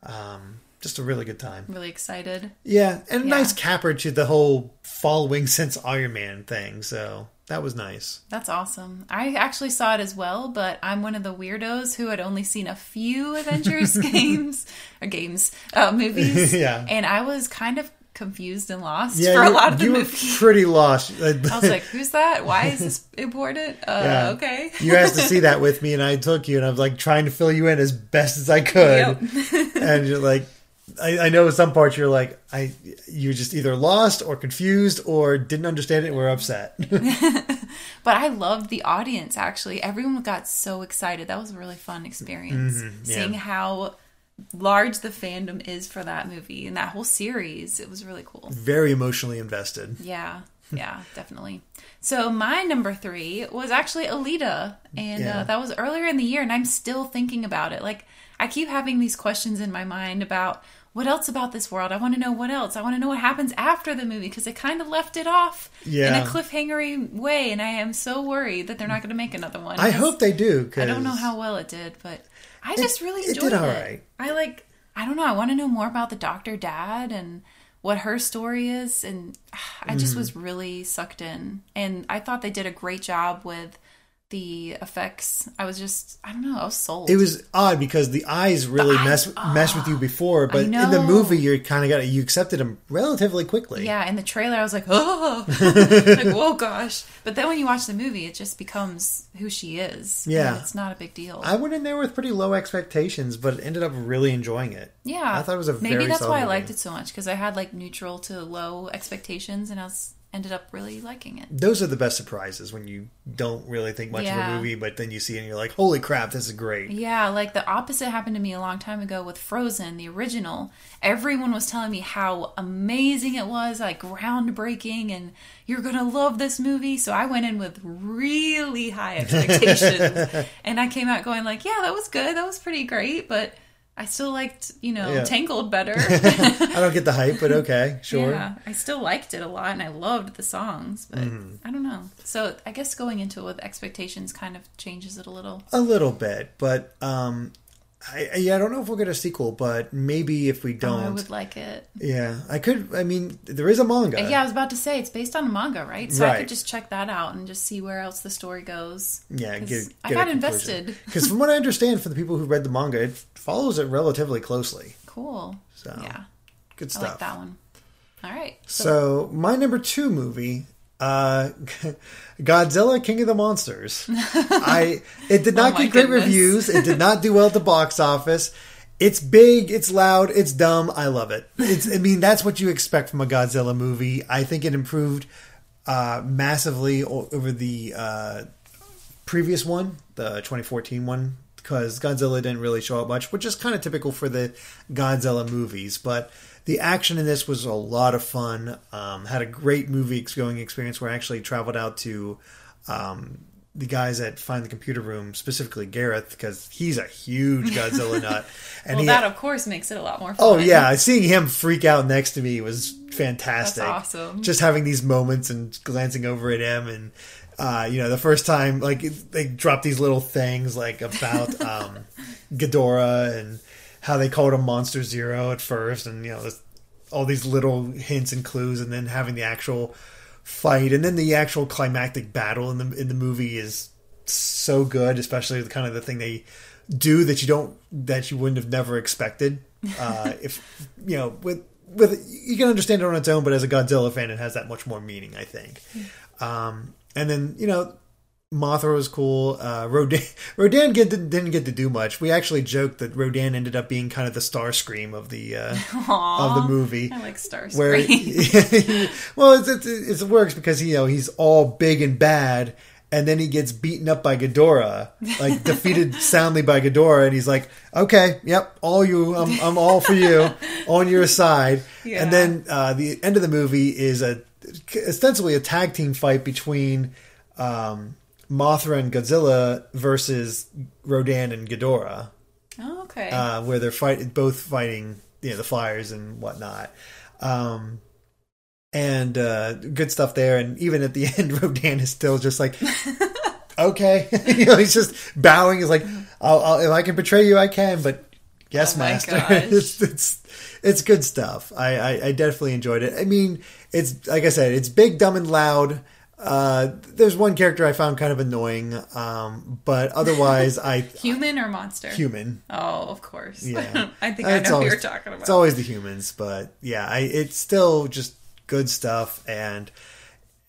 A: um, just a really good time.
B: really excited.
A: Yeah, and a
B: Yeah.
A: nice capper to the whole following since Iron Man thing. So that was nice.
B: That's awesome. I actually saw it as well, but I'm one of the weirdos who had only seen a few Avengers games or games uh, movies.
A: Yeah.
B: and I was kind of confused and lost
A: Yeah,
B: for a
A: you-
B: lot of the
A: you were
B: movies.
A: pretty lost.
B: I was like, "Who's that? Why is this important?" Uh,
A: Yeah.
B: Okay.
A: you asked to see that with me, and I took you, and I was like trying to fill you in as best as I could. and you're like, I, I know some parts you're like, I you just either lost or confused or didn't understand it, and were upset.
B: But I loved the audience actually. Everyone got so excited. That was a really fun experience
A: Mm-hmm. yeah.
B: seeing how large the fandom is for that movie and that whole series. It was really cool.
A: Very emotionally invested.
B: Yeah. Yeah, definitely. So my number three was actually Alita, and
A: Yeah.
B: uh, that was earlier in the year, and I'm still thinking about it. Like I keep having these questions in my mind about what else about this world. I want to know what else. I want to know what happens after the movie because they kind of left it off
A: Yeah.
B: in a cliffhangery way, and I am so worried that they're not going to make another one.
A: I
B: 'Cause
A: hope they do.
B: I
A: Cause,
B: don't know how well it did, but I just really
A: it did
B: enjoyed it.
A: all right.
B: I like. I don't know. I want to know more about the Doctor Dad and what her story is, and ah, I
A: Mm-hmm.
B: just was really sucked in. And I thought they did a great job with the effects. I was just, I don't know, I was sold.
A: It was odd because the eyes really
B: eyes-
A: mess mess with you before, but in the
B: know.
A: movie you kind of got you accepted them relatively quickly.
B: yeah, in the trailer, I was like, oh, like, whoa, gosh. But then when you watch the movie, it just becomes who she is. And
A: Yeah.
B: It's not a big deal.
A: I went in there with pretty low expectations, but ended up really enjoying it.
B: Yeah,
A: I thought it was a
B: maybe
A: very
B: that's
A: solid
B: why I
A: movie.
B: liked it so much because I had like neutral to low expectations, and I was, ended up really liking it.
A: those are the best surprises when you don't really think much of a
B: Yeah.
A: movie, but then you see it and you're like, "Holy crap, this is great!"
B: Yeah, like the opposite happened to me a long time ago with Frozen, the original. Everyone was telling me how amazing it was, like groundbreaking, and you're gonna love this movie. So I went in with really high expectations, and I came out going like, "Yeah, that was good. That was pretty great," but I still liked, you know,
A: Yeah.
B: Tangled better.
A: I don't get the hype, but okay, sure.
B: Yeah, I still liked it a lot and I loved the songs, but
A: Mm-hmm.
B: I don't know. So I guess going into it with expectations kind of changes it a little.
A: A little bit, but um, I, I- yeah, I don't know if we'll get a sequel, but maybe if we
B: I
A: don't,
B: would like it.
A: yeah, I could. I mean, there is a manga.
B: yeah, I was about to say it's based on a manga, right? So I
A: Right.
B: could just check that out and just see where else the story goes.
A: yeah.
B: 'Cause
A: Get, get
B: I got invested.
A: because from what I understand, for the people who read the manga, it follows it relatively closely.
B: Cool.
A: So
B: yeah,
A: good
B: I
A: stuff.
B: like that one. All right.
A: So my number two movie Uh, Godzilla King of the Monsters. I it did not
B: Oh my
A: get great
B: goodness.
A: reviews. It did not do well at the box office. It's big, it's loud, it's dumb. I love it. It's I mean that's what you expect from a Godzilla movie. I think it improved uh, massively o- over the uh, previous one, the 2014 one, because Godzilla didn't really show up much, which is kind of typical for the Godzilla movies. But the action in this was a lot of fun. Um, had a great movie ex- going experience where I actually traveled out to um, the guys that find the computer room, specifically Gareth, because he's a huge Godzilla nut. And
B: Well,
A: he,
B: that of course makes it a lot more fun.
A: Oh yeah, seeing him freak out next to me was fantastic.
B: That's awesome.
A: Just having these moments and glancing over at him, and uh, you know, the first time like they drop these little things like about um, Ghidorah and how they called him Monster Zero at first, and you know, this, all these little hints and clues, and then having the actual fight, and then the actual climactic battle in the in the movie is so good, especially the kind of the thing they do that you don't that you wouldn't have never expected. Uh, if you know, with with you can understand it on its own, but as a Godzilla fan, it has that much more meaning, I think. Um, and then you know, Mothra was cool. Uh, Rodan Rodan get, didn't get to do much. We actually joked that Rodan ended up being kind of the star scream of the uh, of the movie
B: I like Star
A: where
B: Scream.
A: well it's, it's, it's, it works because you know he's all big and bad and then he gets beaten up by Ghidorah, like defeated soundly by Ghidorah, and he's like, "Okay, yep, all you, I'm, I'm all for you, on your side."
B: Yeah.
A: And then uh, the end of the movie is a ostensibly a tag team fight between um, Mothra and Godzilla versus Rodan and Ghidorah
B: Oh, okay.
A: uh, where they're fight both fighting you know the fires and whatnot. Um, and uh, good stuff there. And even at the end, Rodan is still just like, okay, you know, he's just bowing. He's like, I'll, I'll, if I can betray you, I can, but yes,
B: Oh my
A: master.
B: gosh.
A: it's, it's it's good stuff. I, I I definitely enjoyed it. I mean, it's like I said, it's big, dumb, and loud. Uh, there's one character I found kind of annoying, um, but otherwise, I
B: human or monster?
A: human.
B: Oh, of course.
A: Yeah.
B: I think I
A: It's
B: know
A: always-
B: who you're talking about.
A: It's always the humans, but yeah, I, it's still just good stuff. And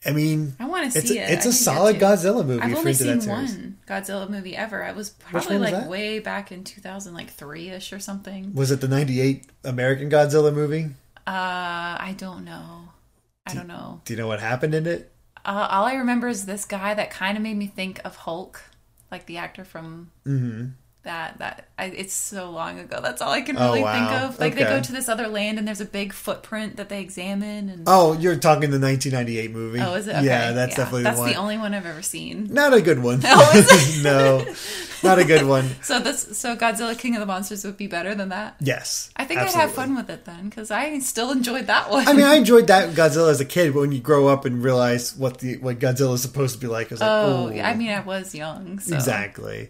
A: I mean,
B: I want to
A: it's
B: see
A: a,
B: it.
A: it's
B: a
A: a solid Godzilla movie
B: I've
A: for
B: only
A: into that
B: seen
A: series.
B: one Godzilla movie ever. I was
A: one
B: probably
A: was
B: like
A: that?
B: way back in 2000, like three ish or something.
A: Was it the '98 American Godzilla movie?
B: Uh, I don't know. I don't know.
A: Do you know what happened in it?
B: Uh, all I remember is this guy that kind of made me think of Hulk, like the actor from
A: Mm-hmm.
B: that. That I, it's so long ago. That's all I can really think
A: Oh, wow.
B: of. Like they
A: Okay.
B: go to this other land and there's a big footprint that they examine. And oh,
A: Oh, you're talking the 1998 movie.
B: is it? Okay.
A: Yeah, that's definitely
B: that's
A: the one.
B: only Oh, one I've ever seen.
A: Not a good one. no, not a good one.
B: So this, so Godzilla King of the Monsters would be better than that.
A: Yes,
B: I think I'd have
A: absolutely.
B: fun with it then because I still enjoyed that one.
A: I mean, I enjoyed that Godzilla as a kid, but when you grow up and realize what the what Godzilla is supposed to be like, it's like,
B: oh,
A: "Ooh."
B: I mean, I was young. So.
A: Exactly.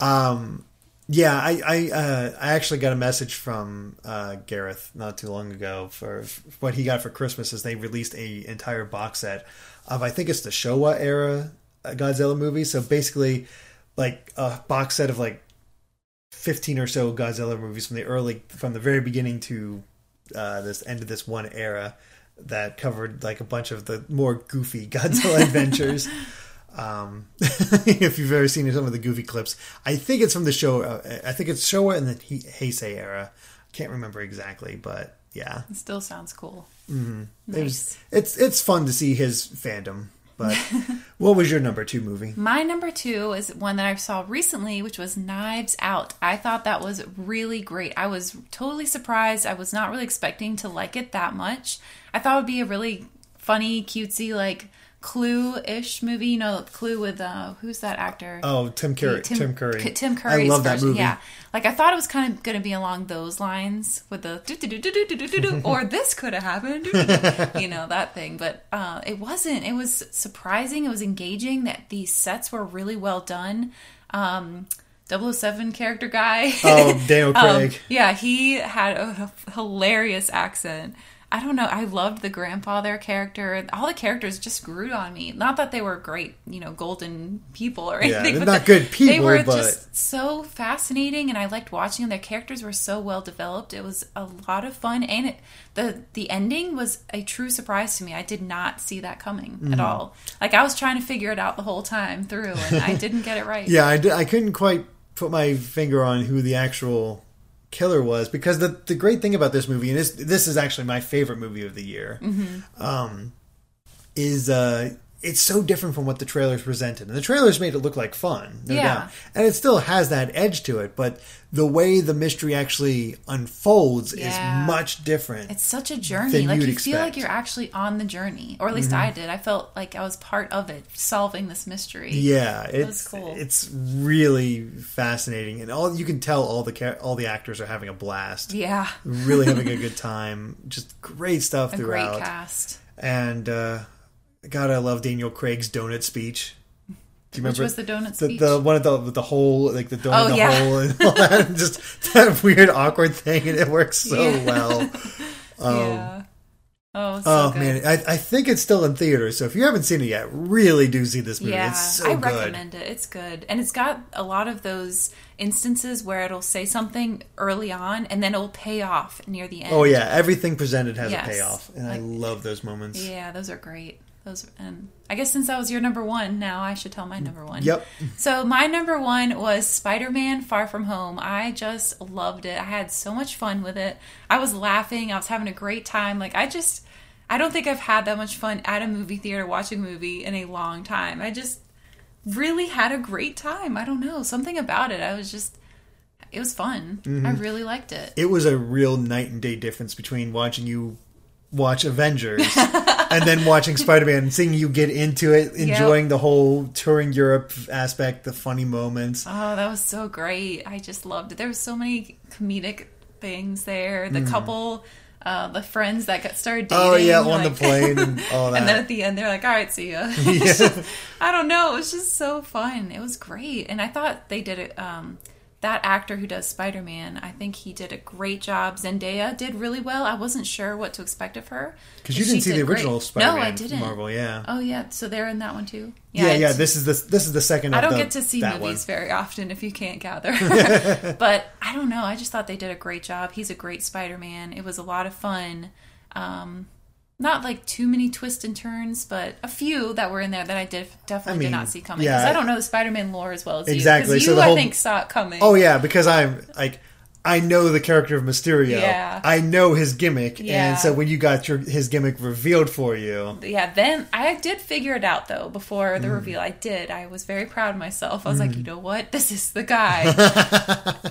A: Um, yeah, I I, uh, I actually got a message from uh, Gareth not too long ago for, for what he got for Christmas is they released a entire box set of I think it's the Showa era uh, Godzilla movie. So basically, like a box set of like fifteen or so Godzilla movies from the early from the very beginning to uh, this end of this one era that covered like a bunch of the more goofy Godzilla adventures. Um, if you've ever seen some of the goofy clips, I think it's from the show. Uh, I think it's Showa in the he- Heisei era. Can't remember exactly, but yeah,
B: It still sounds cool.
A: Mm-hmm. it
B: Nice.
A: was, it's it's fun to see his fandom. But what was your number two movie?
B: My number two is one that I saw recently, which was Knives Out. I thought that was really great. I was totally surprised. I was not really expecting to like it that much. I thought it would be a really funny, cutesy, like Clue ish movie. You know, Clue with uh, who's that actor?
A: Oh, Tim Curry. Tim, Curry.
B: K- Tim Curry.
A: I love that movie.
B: Yeah, like I thought it was kind of going to be along those lines with the do do do do do do do do, or this could have happened, do, do, do, you know that thing. But uh, it wasn't. It was surprising. It was engaging. That these sets were really well done. Um, 007 character guy.
A: Oh, Daniel
B: Um,
A: Craig.
B: yeah, he had a h- hilarious accent. I don't know. I loved the grandfather character. All the characters just grew on me. Not that they were great, you know, golden people or
A: Yeah,
B: anything.
A: they're
B: but
A: not
B: the-
A: good people,
B: They were
A: but-
B: just so fascinating, and I liked watching them. Their characters were so well developed. It was a lot of fun, and it, the the ending was a true surprise to me. I did not see that coming
A: Mm.
B: at all. Like I was trying to figure it out the whole time through, and I didn't get it right.
A: Yeah, I, d- I couldn't quite put my finger on who the actual killer was because the the great thing about this movie, and this this is actually my favorite movie of the year, um,
B: Mm-hmm.
A: is uh, it's so different from what the trailers presented, and the trailers made it look like fun, no
B: Yeah.
A: doubt, and it still has that edge to it, but the way the mystery actually unfolds
B: Yeah.
A: is much different.
B: It's such a journey.
A: than
B: Like you
A: you'd
B: feel like
A: expect. Mm-hmm.
B: you're actually on the journey, or at least I did. I felt like I was part of it, solving this mystery.
A: Yeah, it's
B: cool.
A: it's really fascinating, and all you can tell all the char- all the actors are having a blast.
B: Yeah.
A: really having a good time. Just great stuff
B: A great
A: throughout.
B: cast.
A: And uh, God, I love Daniel Craig's donut speech. Do you
B: Which
A: remember
B: was the donut
A: the,
B: speech?
A: the one of the with the hole like the donut
B: Oh,
A: in the
B: yeah.
A: hole and all that? just that weird awkward thing, and it works so
B: Yeah.
A: well.
B: yeah. Oh, so
A: Oh
B: good.
A: man, I, I think it's still in theaters. So if you haven't seen it yet, really do see this movie.
B: Yeah,
A: it's so
B: I
A: good.
B: recommend it. It's good. And it's got a lot of those instances where it'll say something early on and then it'll pay off near the end.
A: Oh yeah, everything presented has
B: Yes.
A: a payoff, and I
B: Like-
A: love those moments.
B: Yeah, those are great. Those and I guess since that was your number one, now I should tell my number one.
A: Yep.
B: So my number one was Spider-Man: Far From Home. I just loved it. I had so much fun with it. I was laughing. I was having a great time. Like I just, I don't think I've had that much fun at a movie theater watching a movie in a long time. I just really had a great time. I don't know something about it. I was just, it was fun. I really liked it.
A: it was a real night and day difference between watching you watch Avengers and then watching Spider Man and seeing you get into it, enjoying the whole touring Europe aspect, the funny moments.
B: Oh, that was so great. I just loved it. There was so many comedic things there. The couple, uh, the friends that got started dating.
A: Hmm. oh yeah, on the
B: like-
A: plane and all that.
B: And then at the end, they're like, all right, see ya. It's just- I don't know. It was just so fun. It was great. And I thought they did it. Um, that actor who does Spider Man, I think he did a great job. Zendaya did really well. I wasn't sure what to expect of her.
A: Because you
B: but
A: didn't
B: she
A: see the
B: did great.
A: original Spider-Man
B: No, I didn't.
A: Marvel, yeah.
B: Oh, yeah. So they're in that one too?
A: yeah, yeah.
B: it's-
A: This is the this is the second.
B: I
A: of
B: don't
A: the-
B: get to see
A: that
B: movies
A: one.
B: very often if you can't gather. but I don't know. I just thought they did a great job. He's a great Spider Man. It was a lot of fun. Um, not like too many twists and turns, but a few that were in there that I did definitely
A: mean,
B: did not see coming.
A: yeah.
B: Because I don't know the Spider Man lore as well as
A: Exactly.
B: you. 'Cause
A: So
B: you,
A: the whole-
B: I think, saw it coming.
A: Oh yeah, because I'm like I know the character of Mysterio.
B: Yeah.
A: I know his gimmick,
B: Yeah.
A: and so when you got your his gimmick revealed for you,
B: yeah, then I did figure it out though before the
A: Mm.
B: reveal. I did. I was very proud of myself. I was like, you know what? This is the guy.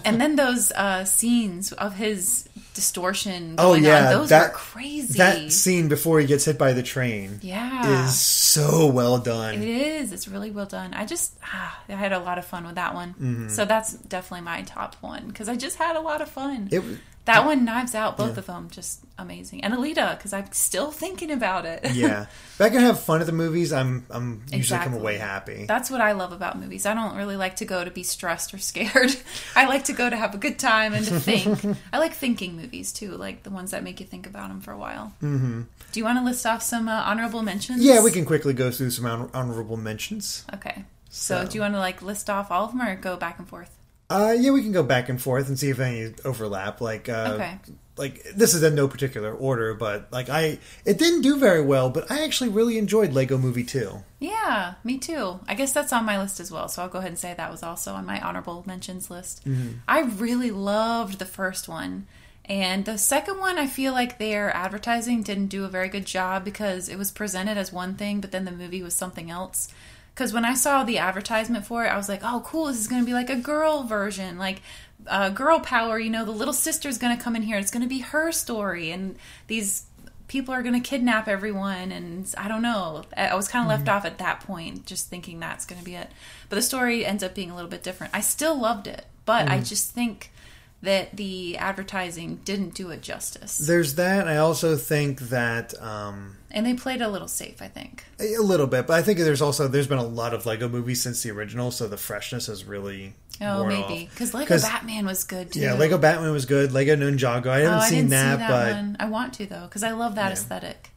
B: and then those uh, scenes of his distortion
A: Oh,
B: going
A: yeah,
B: on, those
A: that-
B: were crazy.
A: that scene before he gets hit by the train
B: yeah.
A: is so well
B: it
A: done.
B: is. It's really well done. I just, ah, I had a lot of fun with that one.
A: Mm-hmm.
B: So that's definitely my top one because I just had a lot of fun.
A: It w-
B: that one, Knives Out, both of them, just amazing. And Alita, because I'm still thinking about it.
A: yeah. If I can have fun at the movies, I'm I'm usually come
B: Exactly.
A: away happy.
B: That's what I love about movies. I don't really like to go to be stressed or scared. I like to go to have a good time and to think. I like thinking movies too, like the ones that make you think about them for a while. Mm-hmm. Do you want to list off some uh, honorable mentions?
A: Yeah, we can quickly go through some honor- honorable mentions.
B: Okay. So, do you want to like list off all of them or go back and forth?
A: Uh, yeah, we can go back and forth and see if any overlap. Like, uh,
B: Okay.
A: like this is in no particular order, but like I, it didn't do very well, but I actually really enjoyed Lego Movie Two.
B: Yeah, me too. I guess that's on my list as well. So I'll go ahead and say that was also on my honorable mentions list. I really loved the first one. And the second one, I feel like their advertising didn't do a very good job because it was presented as one thing, but then the movie was something else. Because when I saw the advertisement for it, I was like, oh, cool, this is going to be like a girl version. Like, uh, girl power, you know, the little sister's going to come in here. It's going to be her story. And these people are going to kidnap everyone and i don't know i I was kind of
A: Mm-hmm.
B: left off at that point just thinking that's
A: Mm.
B: going to be it but the story ends up being a little bit different i still loved it but i just think that the advertising didn't do it justice.
A: There's that. I also think that um,
B: and they played a little safe, I think.
A: a little bit, but I think there's also there's been a lot of Lego movies since the original, so the freshness has really
B: Oh,
A: worn
B: maybe
A: off.
B: because Lego
A: 'Cause-
B: Batman was good too.
A: Yeah, Lego Batman was good. Lego Ninjago. I
B: Oh,
A: haven't
B: I
A: seen
B: didn't
A: that,
B: see that
A: but Mm.
B: one. I want to though because I love that aesthetic.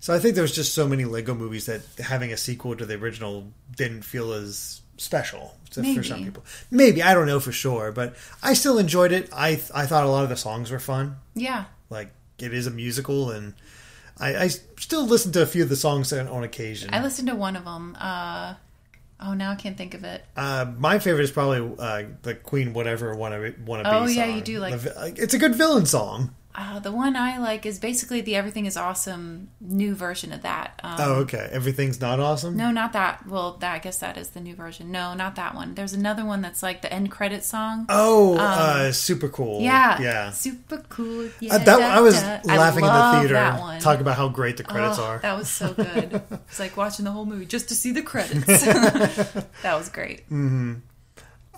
A: so I think there was just so many Lego movies that having a sequel to the original didn't feel as special to, for some
B: Maybe.
A: people. Maybe I don't know for sure, but I still enjoyed it. I I thought a lot of the songs were fun.
B: Yeah,
A: Like it is a musical, and I, I still listen to a few of the songs on on occasion.
B: I listened to one of them. Uh, oh, now I can't think of it.
A: Uh, my favorite is probably uh, the Queen whatever wanna wanna be.
B: Oh, yeah,
A: song.
B: you do like-
A: The vi- it's a good villain song.
B: Uh, the one I like is basically the Everything Is Awesome new version of that. Um,
A: Oh okay, everything's not awesome.
B: No, not that. Well, that, I guess that is the new version. No, not that one. There's another one that's like the end credit song.
A: Oh, uh, super cool.
B: Um, yeah,
A: yeah.
B: super cool. Yeah,
A: Uh, that I was
B: da, da. I
A: laughing
B: love
A: in the
B: That
A: theater,
B: one.
A: talking about how great the credits
B: Oh,
A: are.
B: That was so good. it's like watching the whole movie just to see the credits. that was great. Mm-hmm.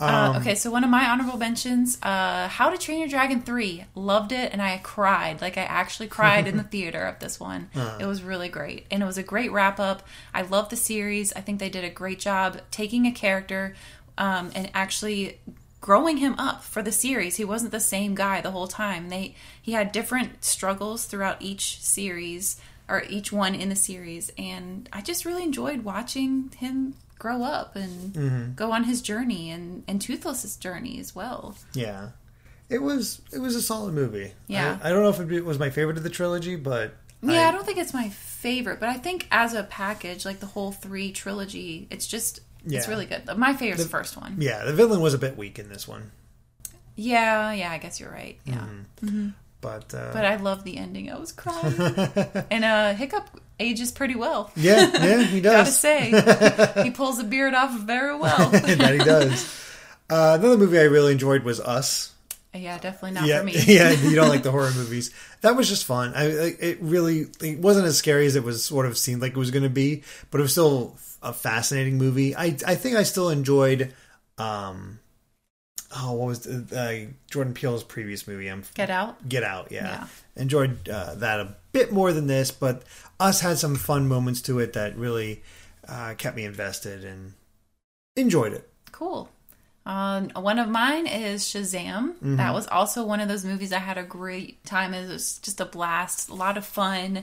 A: Um,
B: Uh, okay, so one of my honorable mentions, uh, How to Train Your Dragon 3. Loved it, and I cried. Like, I actually cried in the theater of this one.
A: Uh.
B: It was really great. And it was a great wrap up. I love the series. I think they did a great job taking a character um, and actually growing him up for the series. He wasn't the same guy the whole time. They he had different struggles throughout each series or each one in the series and I just really enjoyed watching him grow up and
A: Mm-hmm.
B: go on his journey and and Toothless's journey as well.
A: yeah, it was it was a solid movie.
B: Yeah.
A: I, I don't know if it was my favorite of the trilogy, but
B: Yeah, I, don't think it's my favorite, but I think as a package like the whole 3 trilogy, it's just it's
A: Yeah.
B: really good. My favorite's the first one.
A: yeah, the villain was a bit weak in this one.
B: Yeah, yeah, I guess you're right. Yeah.
A: Mm-hmm. But, uh,
B: But I love the ending. I was crying. and uh Hiccup ages pretty well.
A: yeah, yeah, he
B: Gotta
A: does.
B: say, he pulls the beard off very well.
A: that he does. Uh, another movie I really enjoyed was Us.
B: yeah, definitely not
A: yeah,
B: for me.
A: yeah. You don't like the horror movies. That was just fun. I, I- it really it wasn't as scary as it was sort of seemed like it was going to be, but it was still a fascinating movie. I I think I still enjoyed. um Oh, what was the, uh, Jordan Peele's previous movie? I'm
B: Get out.
A: Get Out. Yeah,
B: Yeah.
A: enjoyed uh, that a bit more than this, but Us had some fun moments to it that really uh, kept me invested and enjoyed it.
B: Cool. Um, one of mine is Shazam.
A: Mm-hmm.
B: That was also one of those movies I had a great time. It was just a blast, a lot of fun.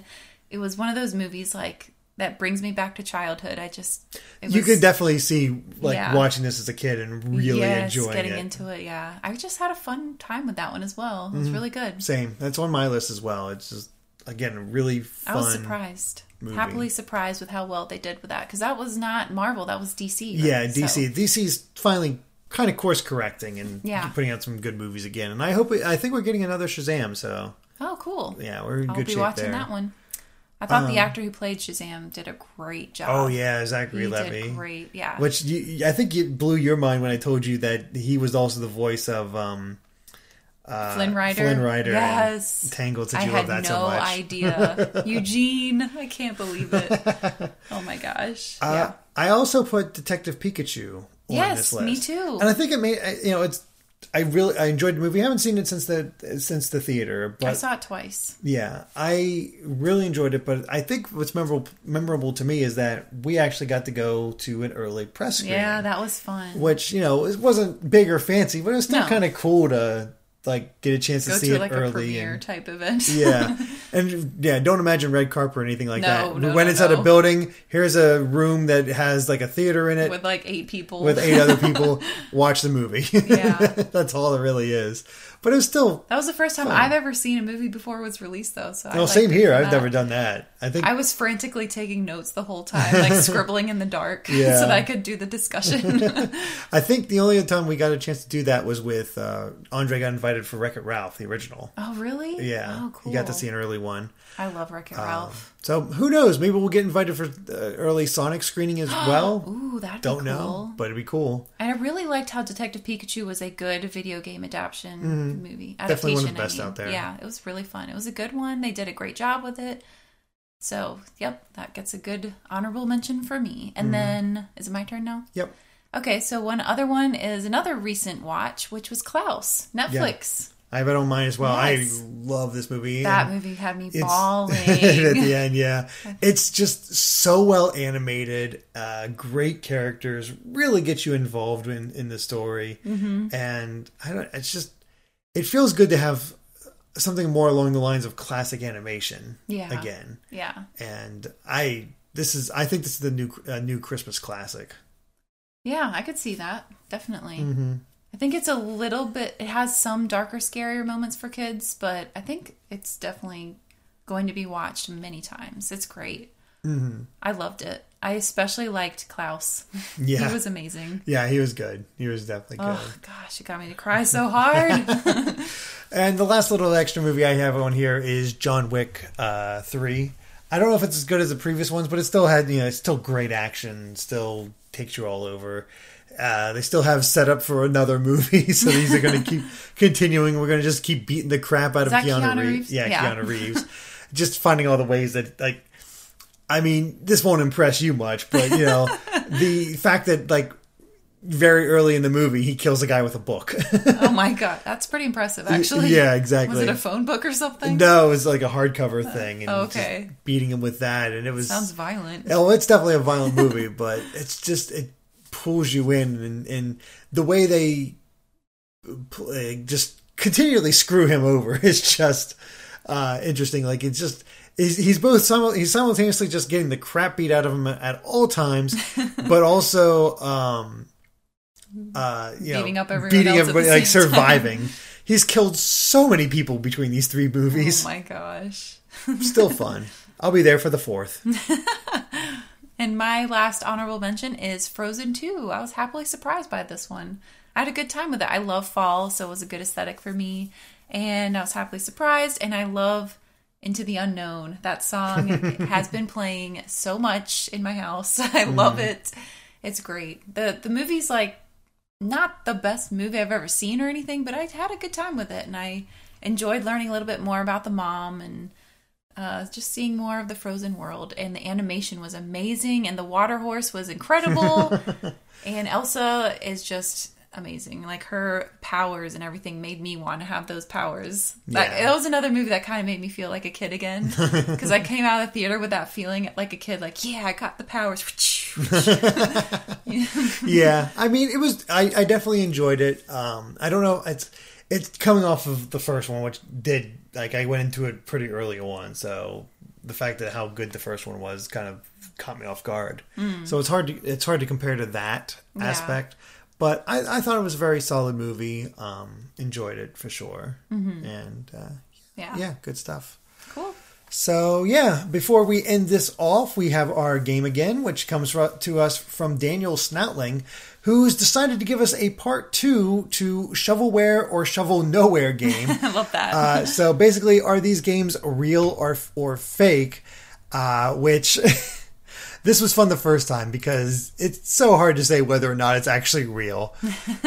B: It was one of those movies like that brings me back to childhood. I just it
A: you
B: was-
A: could definitely see like
B: Yeah.
A: watching this as a kid and really
B: yes,
A: enjoying
B: getting
A: it.
B: into it. Yeah, I just had a fun time with that one as well. It was
A: Mm-hmm.
B: really good.
A: Same. That's on my list as well. It's just again a really
B: I
A: fun.
B: was surprised,
A: movie.
B: happily surprised with how well they did with that because that was not Marvel, that was DC. right?
A: Yeah,
B: So-
A: DC. DC's finally kind of course correcting and
B: Yeah.
A: putting out some good movies again. And I hope we, I think we're getting another Shazam. So
B: Oh, cool.
A: yeah, we're in
B: I'll
A: good
B: be
A: shape
B: watching
A: there. Um,
B: that one. I thought the actor who played Shazam did a great job.
A: Oh yeah, Zachary
B: he
A: Levy.
B: did great. Yeah,
A: Which you, I think it blew your mind when I told you that he was also the voice of um, uh,
B: Flynn Rider.
A: Flynn Rider. in
B: Yes.
A: Tangled. Did
B: I
A: you love
B: had
A: that
B: no
A: so much?
B: idea. Eugene, I can't believe it. oh my gosh.
A: Uh, I also put Detective Pikachu on
B: Yes,
A: this
B: me
A: list.
B: too.
A: And I think it made I- you know it's. I really I enjoyed the movie. I haven't seen it since the since the theater,
B: yeah, I
A: but
B: saw it twice.
A: yeah, I really enjoyed it. But I think what's memorable memorable to me is that we actually got to go to an early press screening,
B: Yeah, that was fun.
A: which you know it wasn't big or fancy, but it was still
B: No.
A: kind of cool to like get a chance
B: Go
A: to see
B: to
A: it
B: like a
A: early.
B: premiere
A: and-
B: type event.
A: yeah, and yeah, don't imagine red carpet or anything like
B: No,
A: that.
B: no,
A: when
B: no,
A: it's at a
B: no.
A: building, here's a room that has like a theater in it
B: with like eight people.
A: with eight other people watch the movie.
B: Yeah.
A: That's all it really is. But it was still
B: that was the first time I've ever seen a movie before it was released, though. So I
A: well,
B: liked
A: same
B: it
A: here.
B: for
A: I've
B: that.
A: never done that. I think
B: I was frantically taking notes the whole time, like scribbling in the dark,
A: Yeah.
B: so that I could do the discussion.
A: I think the only time we got a chance to do that was with uh, Andre got invited for Wreck It Ralph, the original.
B: oh, really?
A: Yeah,
B: Oh, cool.
A: he got to see Um, an early one.
B: I love Wreck It Ralph.
A: So who knows? Maybe we'll get invited for uh, early Sonic screening as well.
B: Ooh, that'd
A: Don't
B: be cool.
A: know, but it'd be cool.
B: And I really liked how Detective Pikachu was a good video game adaptation movie. Adaptation,
A: Mm-hmm. Definitely one of the
B: I
A: best
B: mean.
A: out there.
B: Yeah, it was really fun. It was a good one. They did a great job with it.
A: Mm-hmm.
B: So, yep, that gets a good honorable mention for me. And then, is it my turn now?
A: Yep.
B: Okay, so one other one is another recent watch, which was Klaus, Netflix.
A: I have it on mine as well.
B: Yes.
A: I love this movie.
B: That
A: And
B: movie had me
A: it's-
B: bawling.
A: at the end, yeah. It's just so well animated, uh, great characters, really get you involved in, in the story. Mm-hmm. And I don't, it's just, it feels good to have something more along the lines of classic animation
B: Yeah.
A: again.
B: yeah.
A: And I, this is, I think this is the new, uh, new Christmas classic. Mm-hmm.
B: Yeah, I could see that. Definitely. I think it's a little bit, it has some darker, scarier moments for kids, but I think it's definitely going to be watched many times. It's great. Mm-hmm. I loved it. I especially liked Klaus.
A: Yeah.
B: He was amazing.
A: Yeah, he was good. He was definitely good.
B: Oh, gosh, it got me to cry so hard.
A: And the last little extra movie I have on here is John Wick uh, three. I don't know if it's as good as the previous ones, but it still had you know it's still great action, still takes you all over. Uh, they still have set up for another movie, so these are going to keep continuing. We're going to just keep beating the crap out of
B: that
A: Keanu,
B: Keanu
A: Reeves.
B: Reeves?
A: Yeah,
B: Yeah.
A: Keanu Reeves. just finding all the ways that like I mean, this won't impress you much, but you know, the fact that like very early in the movie he kills a guy with a book.
B: oh, my God. That's pretty impressive, actually.
A: yeah, exactly.
B: Was it a phone book or something?
A: No, it was like a hardcover thing, and
B: Oh, okay.
A: just beating him with that, and it was.
B: Sounds violent.
A: oh, it's definitely a violent movie, but it's just it pulls you in, and, and the way they pl- uh, just continually screw him over is just uh, interesting. Like it's just. He's, he's both simu- he's simultaneously just getting the crap beat out of him at all times, but also um, uh, you know,
B: Beating up everyone
A: beating
B: else at the
A: everybody, like
B: same time.
A: surviving. He's killed so many people between these three movies
B: Oh, my gosh.
A: still fun. I'll be there for the fourth.
B: And my last honorable mention is Frozen 2. I was happily surprised by this one. I had a good time with it. I love fall, so it was a good aesthetic for me. And I was happily surprised. And I love Into the Unknown. That song has been playing so much in my house. I love it. It's great. The the movie's like not the best movie I've ever seen or anything, but I had a good time with it and I enjoyed learning a little bit more about the mom and uh, just seeing more of the frozen world and the animation was amazing and the water horse was incredible and elsa is just amazing like her powers and everything made me want to have those powers Like,
A: Yeah.
B: that was another movie that kind of made me feel like a kid again because i came out of the theater with that feeling like a kid like yeah i got the powers
A: yeah, I mean, it was. I, I definitely enjoyed it. Um, I don't know. It's it's coming off of the first one, which did like I went into it pretty early on. So the fact that how good the first one was kind of caught me off guard. So it's hard to it's hard to compare to that aspect. But I, I thought it was a very solid movie. Um, enjoyed it for sure. And uh,
B: yeah.
A: yeah, good stuff.
B: cool
A: So, yeah, before we end this off, we have our game again, which comes ro- to us from Daniel Snoutling, who's decided to give us a part two to Shovelware or Shovel Nowhere game.
B: i love that
A: Uh, so, basically, are these games real or, or fake? Uh, which. This was fun the first time because it's so hard to say whether or not it's actually real.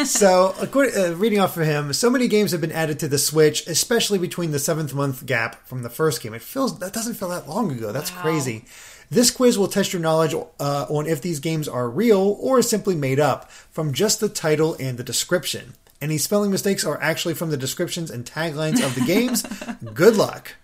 A: so, according, uh, reading off of him, so many games have been added to the Switch, especially between the seventh month gap from the first game. It feels that doesn't feel that long ago. That's crazy. This quiz will test your knowledge uh, on if these games are real or simply made up from just the title and the description. Any spelling mistakes are actually from the descriptions and taglines of the games. Good luck.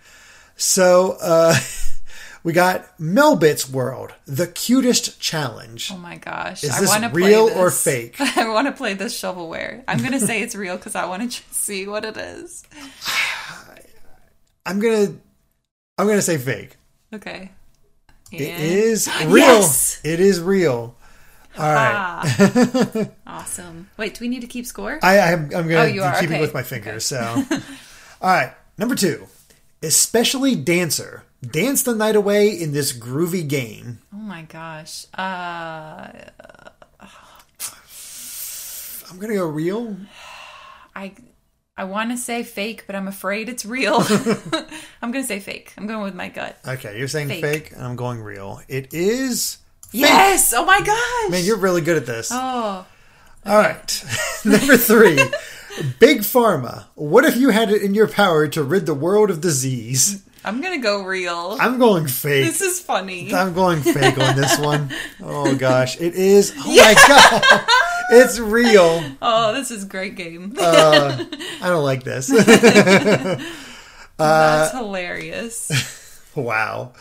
A: So uh, we got Melbit's World, the cutest challenge.
B: Oh my gosh!
A: Is
B: I
A: this
B: want to
A: real
B: play this.
A: or fake?
B: I want to play this shovelware. I'm gonna say it's real because I want to see what it is.
A: I'm gonna, I'm gonna say fake.
B: Okay.
A: It
B: And-
A: is real.
B: Yes!
A: It is real. All right.
B: Ah. awesome. Wait, do we need to keep score?
A: I, I'm, I'm gonna
B: Oh,
A: be
B: you are?
A: keep it
B: Okay.
A: with my fingers. So, all right. Number two, especially dancer, dance the night away in this groovy game.
B: oh my gosh. Uh,
A: I'm gonna go real.
B: I I want to say fake, but I'm afraid it's real. I'm gonna say fake. I'm going with my gut.
A: Okay, you're saying fake,
B: Fake.
A: and I'm going real. It is.
B: Yes. Oh my gosh.
A: Man, you're really good at this.
B: oh.
A: All right. Number three, Big Pharma. What if you had it in your power to rid the world of disease?
B: I'm gonna go real.
A: I'm going fake.
B: this is funny.
A: I'm going fake on this one. Oh gosh, it is. Oh my god, It's real.
B: Oh, this is a great game.
A: Uh, I don't like this.
B: That's hilarious.
A: wow.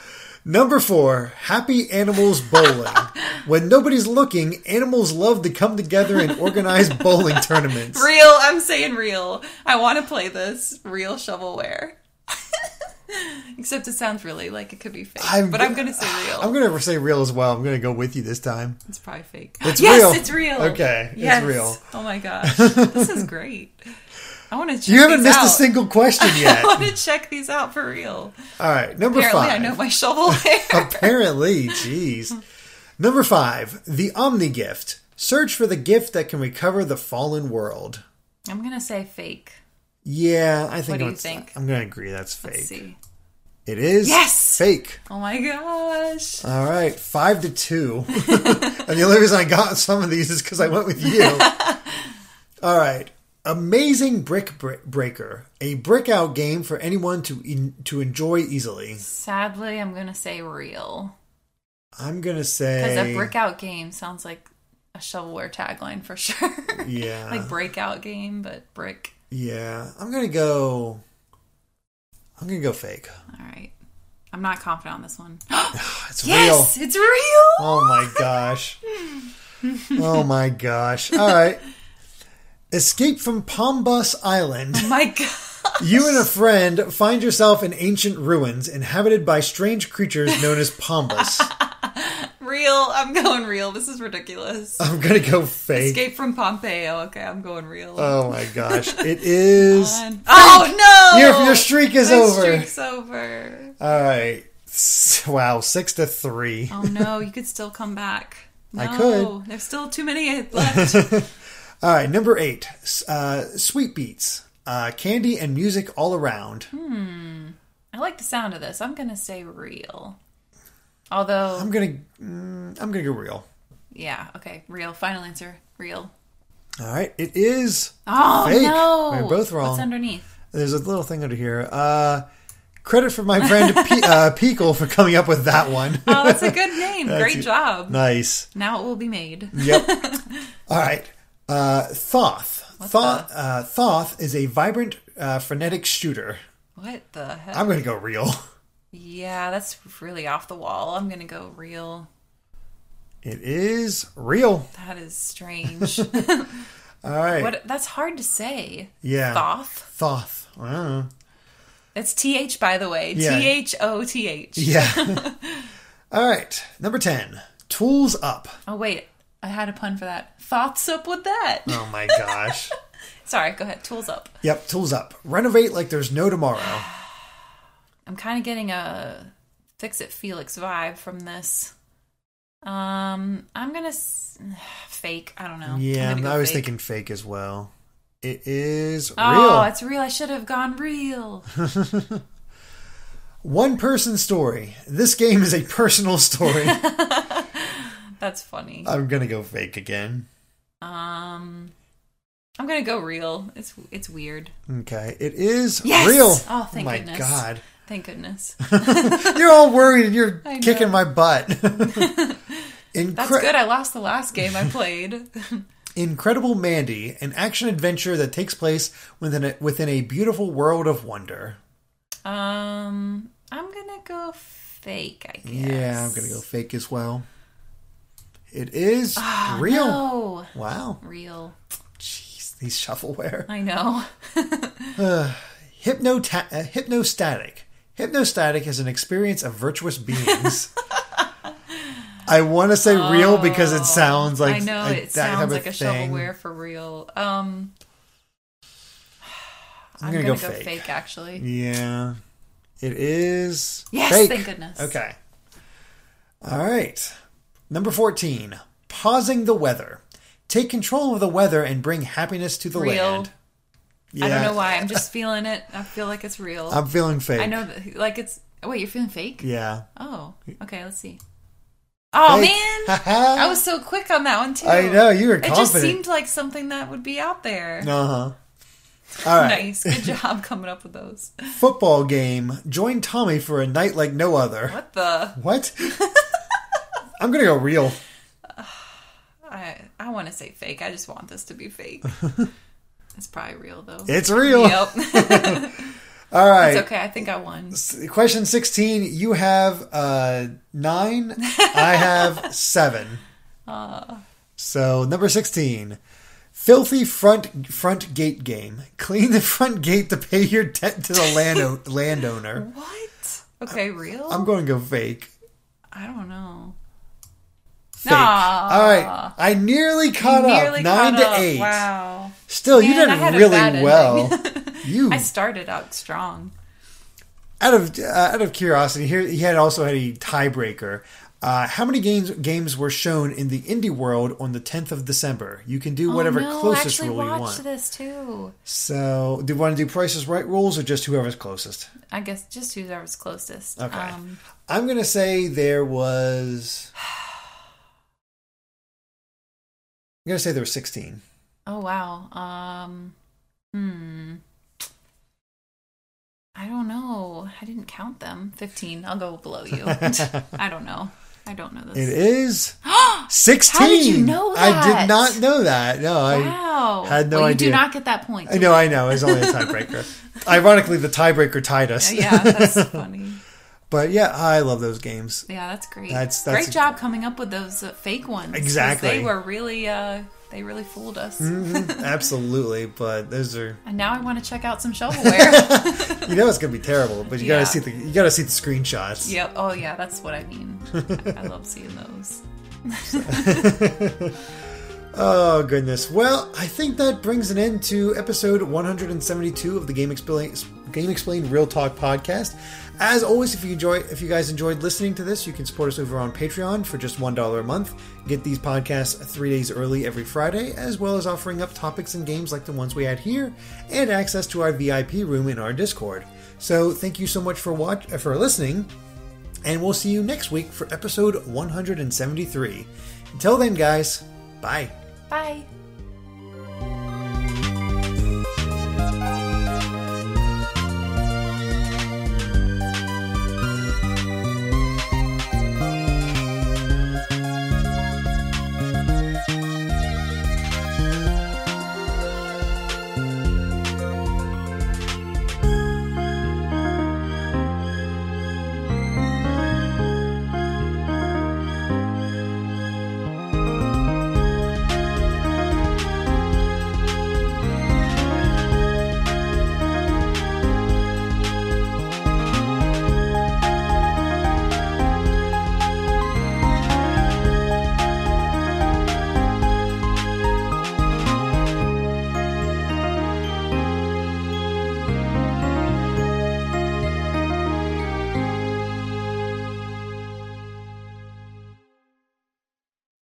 A: Number four, happy animals bowling. when nobody's looking, animals love to come together and organize bowling tournaments.
B: Real, I'm saying real. I want to play this real shovelware. Except it sounds really like it could be fake,
A: I'm
B: but
A: go-
B: I'm gonna say real.
A: I'm going to say real as well. I'm going to go with you this time.
B: It's probably fake.
A: It's
B: yes,
A: real.
B: it's real.
A: Okay, it's
B: Yes.
A: real.
B: Oh my gosh, this is great. I want to. Check
A: You haven't
B: these
A: missed
B: out.
A: a single question
B: I
A: yet.
B: want to check these out for real.
A: All right, number
B: Apparently,
A: five.
B: I know my shovelware.
A: Apparently, jeez. Number five, the Omni Gift. Search for the gift that can recover the fallen world.
B: I'm gonna say fake.
A: Yeah, I think.
B: What do you
A: it's-
B: think?
A: I'm going to agree that's fake.
B: Let's see.
A: It is.
B: Yes!
A: Fake.
B: Oh my gosh.
A: All right, five to two. and the only reason I got some of these is because I went with you. All right, amazing brick Bre- breaker, a brick out game for anyone to en- to enjoy easily.
B: Sadly, I'm gonna say real
A: I'm gonna
B: because
A: say
B: a breakout game sounds like a shovelware tagline for sure.
A: Yeah.
B: like breakout game, but brick.
A: Yeah, I'm gonna go. I'm gonna go fake.
B: All right. I'm not confident on this one.
A: It's real.
B: yes, it's real.
A: Oh my gosh. Oh my gosh. All right. Escape from Pombus Island.
B: Oh my god.
A: You and a friend find yourself in ancient ruins inhabited by strange creatures known as Pombus.
B: Real. I'm going real. This is ridiculous.
A: I'm gonna go fake.
B: Escape from Pompeii. Oh, Okay, I'm going real.
A: Oh my gosh. It is.
B: Fun. oh no!
A: Your, your streak is
B: My
A: over.
B: streak's over.
A: All right. S- Wow. Six to three.
B: Oh no, you could still come back. No,
A: I
B: There's still too many left.
A: All right, number eight, s- uh, sweet beats, uh, candy and music all around.
B: Hmm. I like the sound of this. I'm gonna say real. Although,
A: I'm gonna, mm, I'm gonna go real.
B: yeah, okay, real. Final answer, real.
A: All right, it is.
B: Oh
A: Fake.
B: no,
A: We're both wrong.
B: What's underneath?
A: There's a little thing under here. Uh, credit for my friend P- uh, Peekle for coming up with that one.
B: Oh, that's a good name. Great
A: it.
B: job.
A: nice.
B: Now it will be made.
A: Yep. all right, uh, Thoth. Thoth, uh, Thoth is a vibrant, uh, frenetic shooter.
B: What the heck?
A: I'm gonna go real.
B: Yeah, that's really off the wall. I'm gonna go real.
A: It is real.
B: That is strange.
A: All right.
B: what? That's hard to say.
A: Yeah.
B: Thoth.
A: Thoth. I don't know.
B: That's T H, by the way. T
A: Yeah.
B: H O T H.
A: Yeah. All right. Number 10. Tools up.
B: Oh wait, I had a pun for that. Thoughts up with that.
A: Oh my gosh.
B: Sorry, go ahead. Tools up.
A: yep. Tools up. Renovate like there's no tomorrow.
B: I'm kind of getting a fix it Felix vibe from this. Um, I'm gonna s- fake. I don't know. I'm
A: Yeah.
B: gonna go
A: I was
B: fake.
A: thinking fake as well. It is
B: Oh,
A: real.
B: it's real. I should have gone real.
A: One person story. This game is a personal story.
B: That's funny.
A: I'm going to go fake again.
B: Um, I'm gonna go real. It's it's weird.
A: Okay. It is
B: Yes!
A: real.
B: Oh, thank
A: my
B: goodness.
A: God.
B: Thank goodness.
A: You're all worried and you're
B: I know.
A: kicking my butt. Incre-
B: That's good. I lost the last game I played.
A: Incredible Mandy, an action adventure that takes place within a, within a beautiful world of wonder.
B: um, I'm gonna go fake. I guess.
A: Yeah, I'm gonna go fake as well. It is real.
B: Ah, No,
A: Wow.
B: Oh, real.
A: Jeez, these shovelware.
B: I know.
A: Hypnota- uh, hypnostatic. Hypnostatic is an experience of virtuous beings. I want to say real because it sounds like
B: Oh, I know
A: like
B: it
A: that type
B: sounds like a
A: of thing.
B: shovelware for real. Um,
A: I'm
B: I'm
A: gonna
B: gonna,
A: go
B: go,
A: fake.
B: fake. Actually,
A: Yeah, it is.
B: yes,
A: fake.
B: thank goodness.
A: Okay. All right. Number 14, pausing the weather. Take control of the weather and bring happiness to the
B: Real.
A: land.
B: I don't know why. I'm just feeling it. I feel like it's real.
A: I'm feeling fake.
B: I know that. Like it's. Oh, wait, you're feeling fake.
A: Yeah.
B: Oh, okay. Let's see. Oh
A: Fake.
B: man, I
A: I
B: was so quick on that one too.
A: I know, you were
B: It just
A: confident.
B: seemed like something that would be out there.
A: Uh huh. All right.
B: Nice, good job coming up with those.
A: Football game. Join Tommy for a night like no other.
B: What the?
A: What? I'm going to go real.
B: I I don't want to say fake. I just want this to be fake. it's probably real though.
A: It's real.
B: Yep.
A: All right.
B: it's okay. I think I won.
A: S- Question 16. You have uh, nine. I have seven. So, number 16. Filthy front front gate game. Clean the front gate to pay your debt to the land landowner.
B: What? Okay, real?
A: I'm going to go fake.
B: I don't know.
A: Fake.
B: Aw.
A: All right. I nearly caught
B: Nearly
A: up. Nine
B: caught
A: to
B: up.
A: eight.
B: Wow.
A: Still, you
B: Man, I had
A: did
B: a bad
A: really
B: ending.
A: well. you
B: I started out strong.
A: out of uh, out of curiosity, here he had also had a tiebreaker. Uh, how many games games were shown in the indie world on the 10th of December? You can do whatever
B: oh, no, I
A: closest
B: actually
A: rule you
B: watched
A: want.
B: this too.
A: So, do you want to do Price is Right rules or just whoever's closest?
B: I guess just whoever's closest.
A: Okay.
B: Um,
A: I'm gonna say there was. I'm gonna say there were 16.
B: oh wow. Um, hmm. I don't know. I didn't count them. Fifteen. I'll go below you. I don't know. I don't know
A: It
B: this.
A: is 16.
B: How did you know
A: I
B: that?
A: did not know that. No, I.
B: wow.
A: had no
B: well, You
A: idea.
B: do not get that point.
A: I know, I know. It's only a tiebreaker. Ironically, the tiebreaker tied us.
B: yeah, that's funny.
A: But yeah, I love those games.
B: Yeah, that's great.
A: That's- that's-
B: great job coming up with those uh, fake ones. 'cause
A: Exactly. Mm-hmm.
B: They were really, uh, they really fooled us.
A: Absolutely. But those are
B: And now I want to check out some shovelware.
A: you know it's gonna be terrible, but you
B: Yeah.
A: gotta see the you gotta see the screenshots.
B: yep. Oh yeah, that's what I mean. I love seeing those.
A: Oh goodness. Well, I think that brings an end to episode 172 of the Game Explain Game Explain Real Talk podcast. As always, if you enjoy if you guys enjoyed listening to this, you can support us over on Patreon for just one dollar a month. Get these podcasts three days early every Friday, as well as offering up topics and games like the ones we had here, and access to our VIP room in our Discord. So thank you so much for watch uh, for listening. and we'll see you next week for episode 173. Until then, guys, bye.
B: Bye.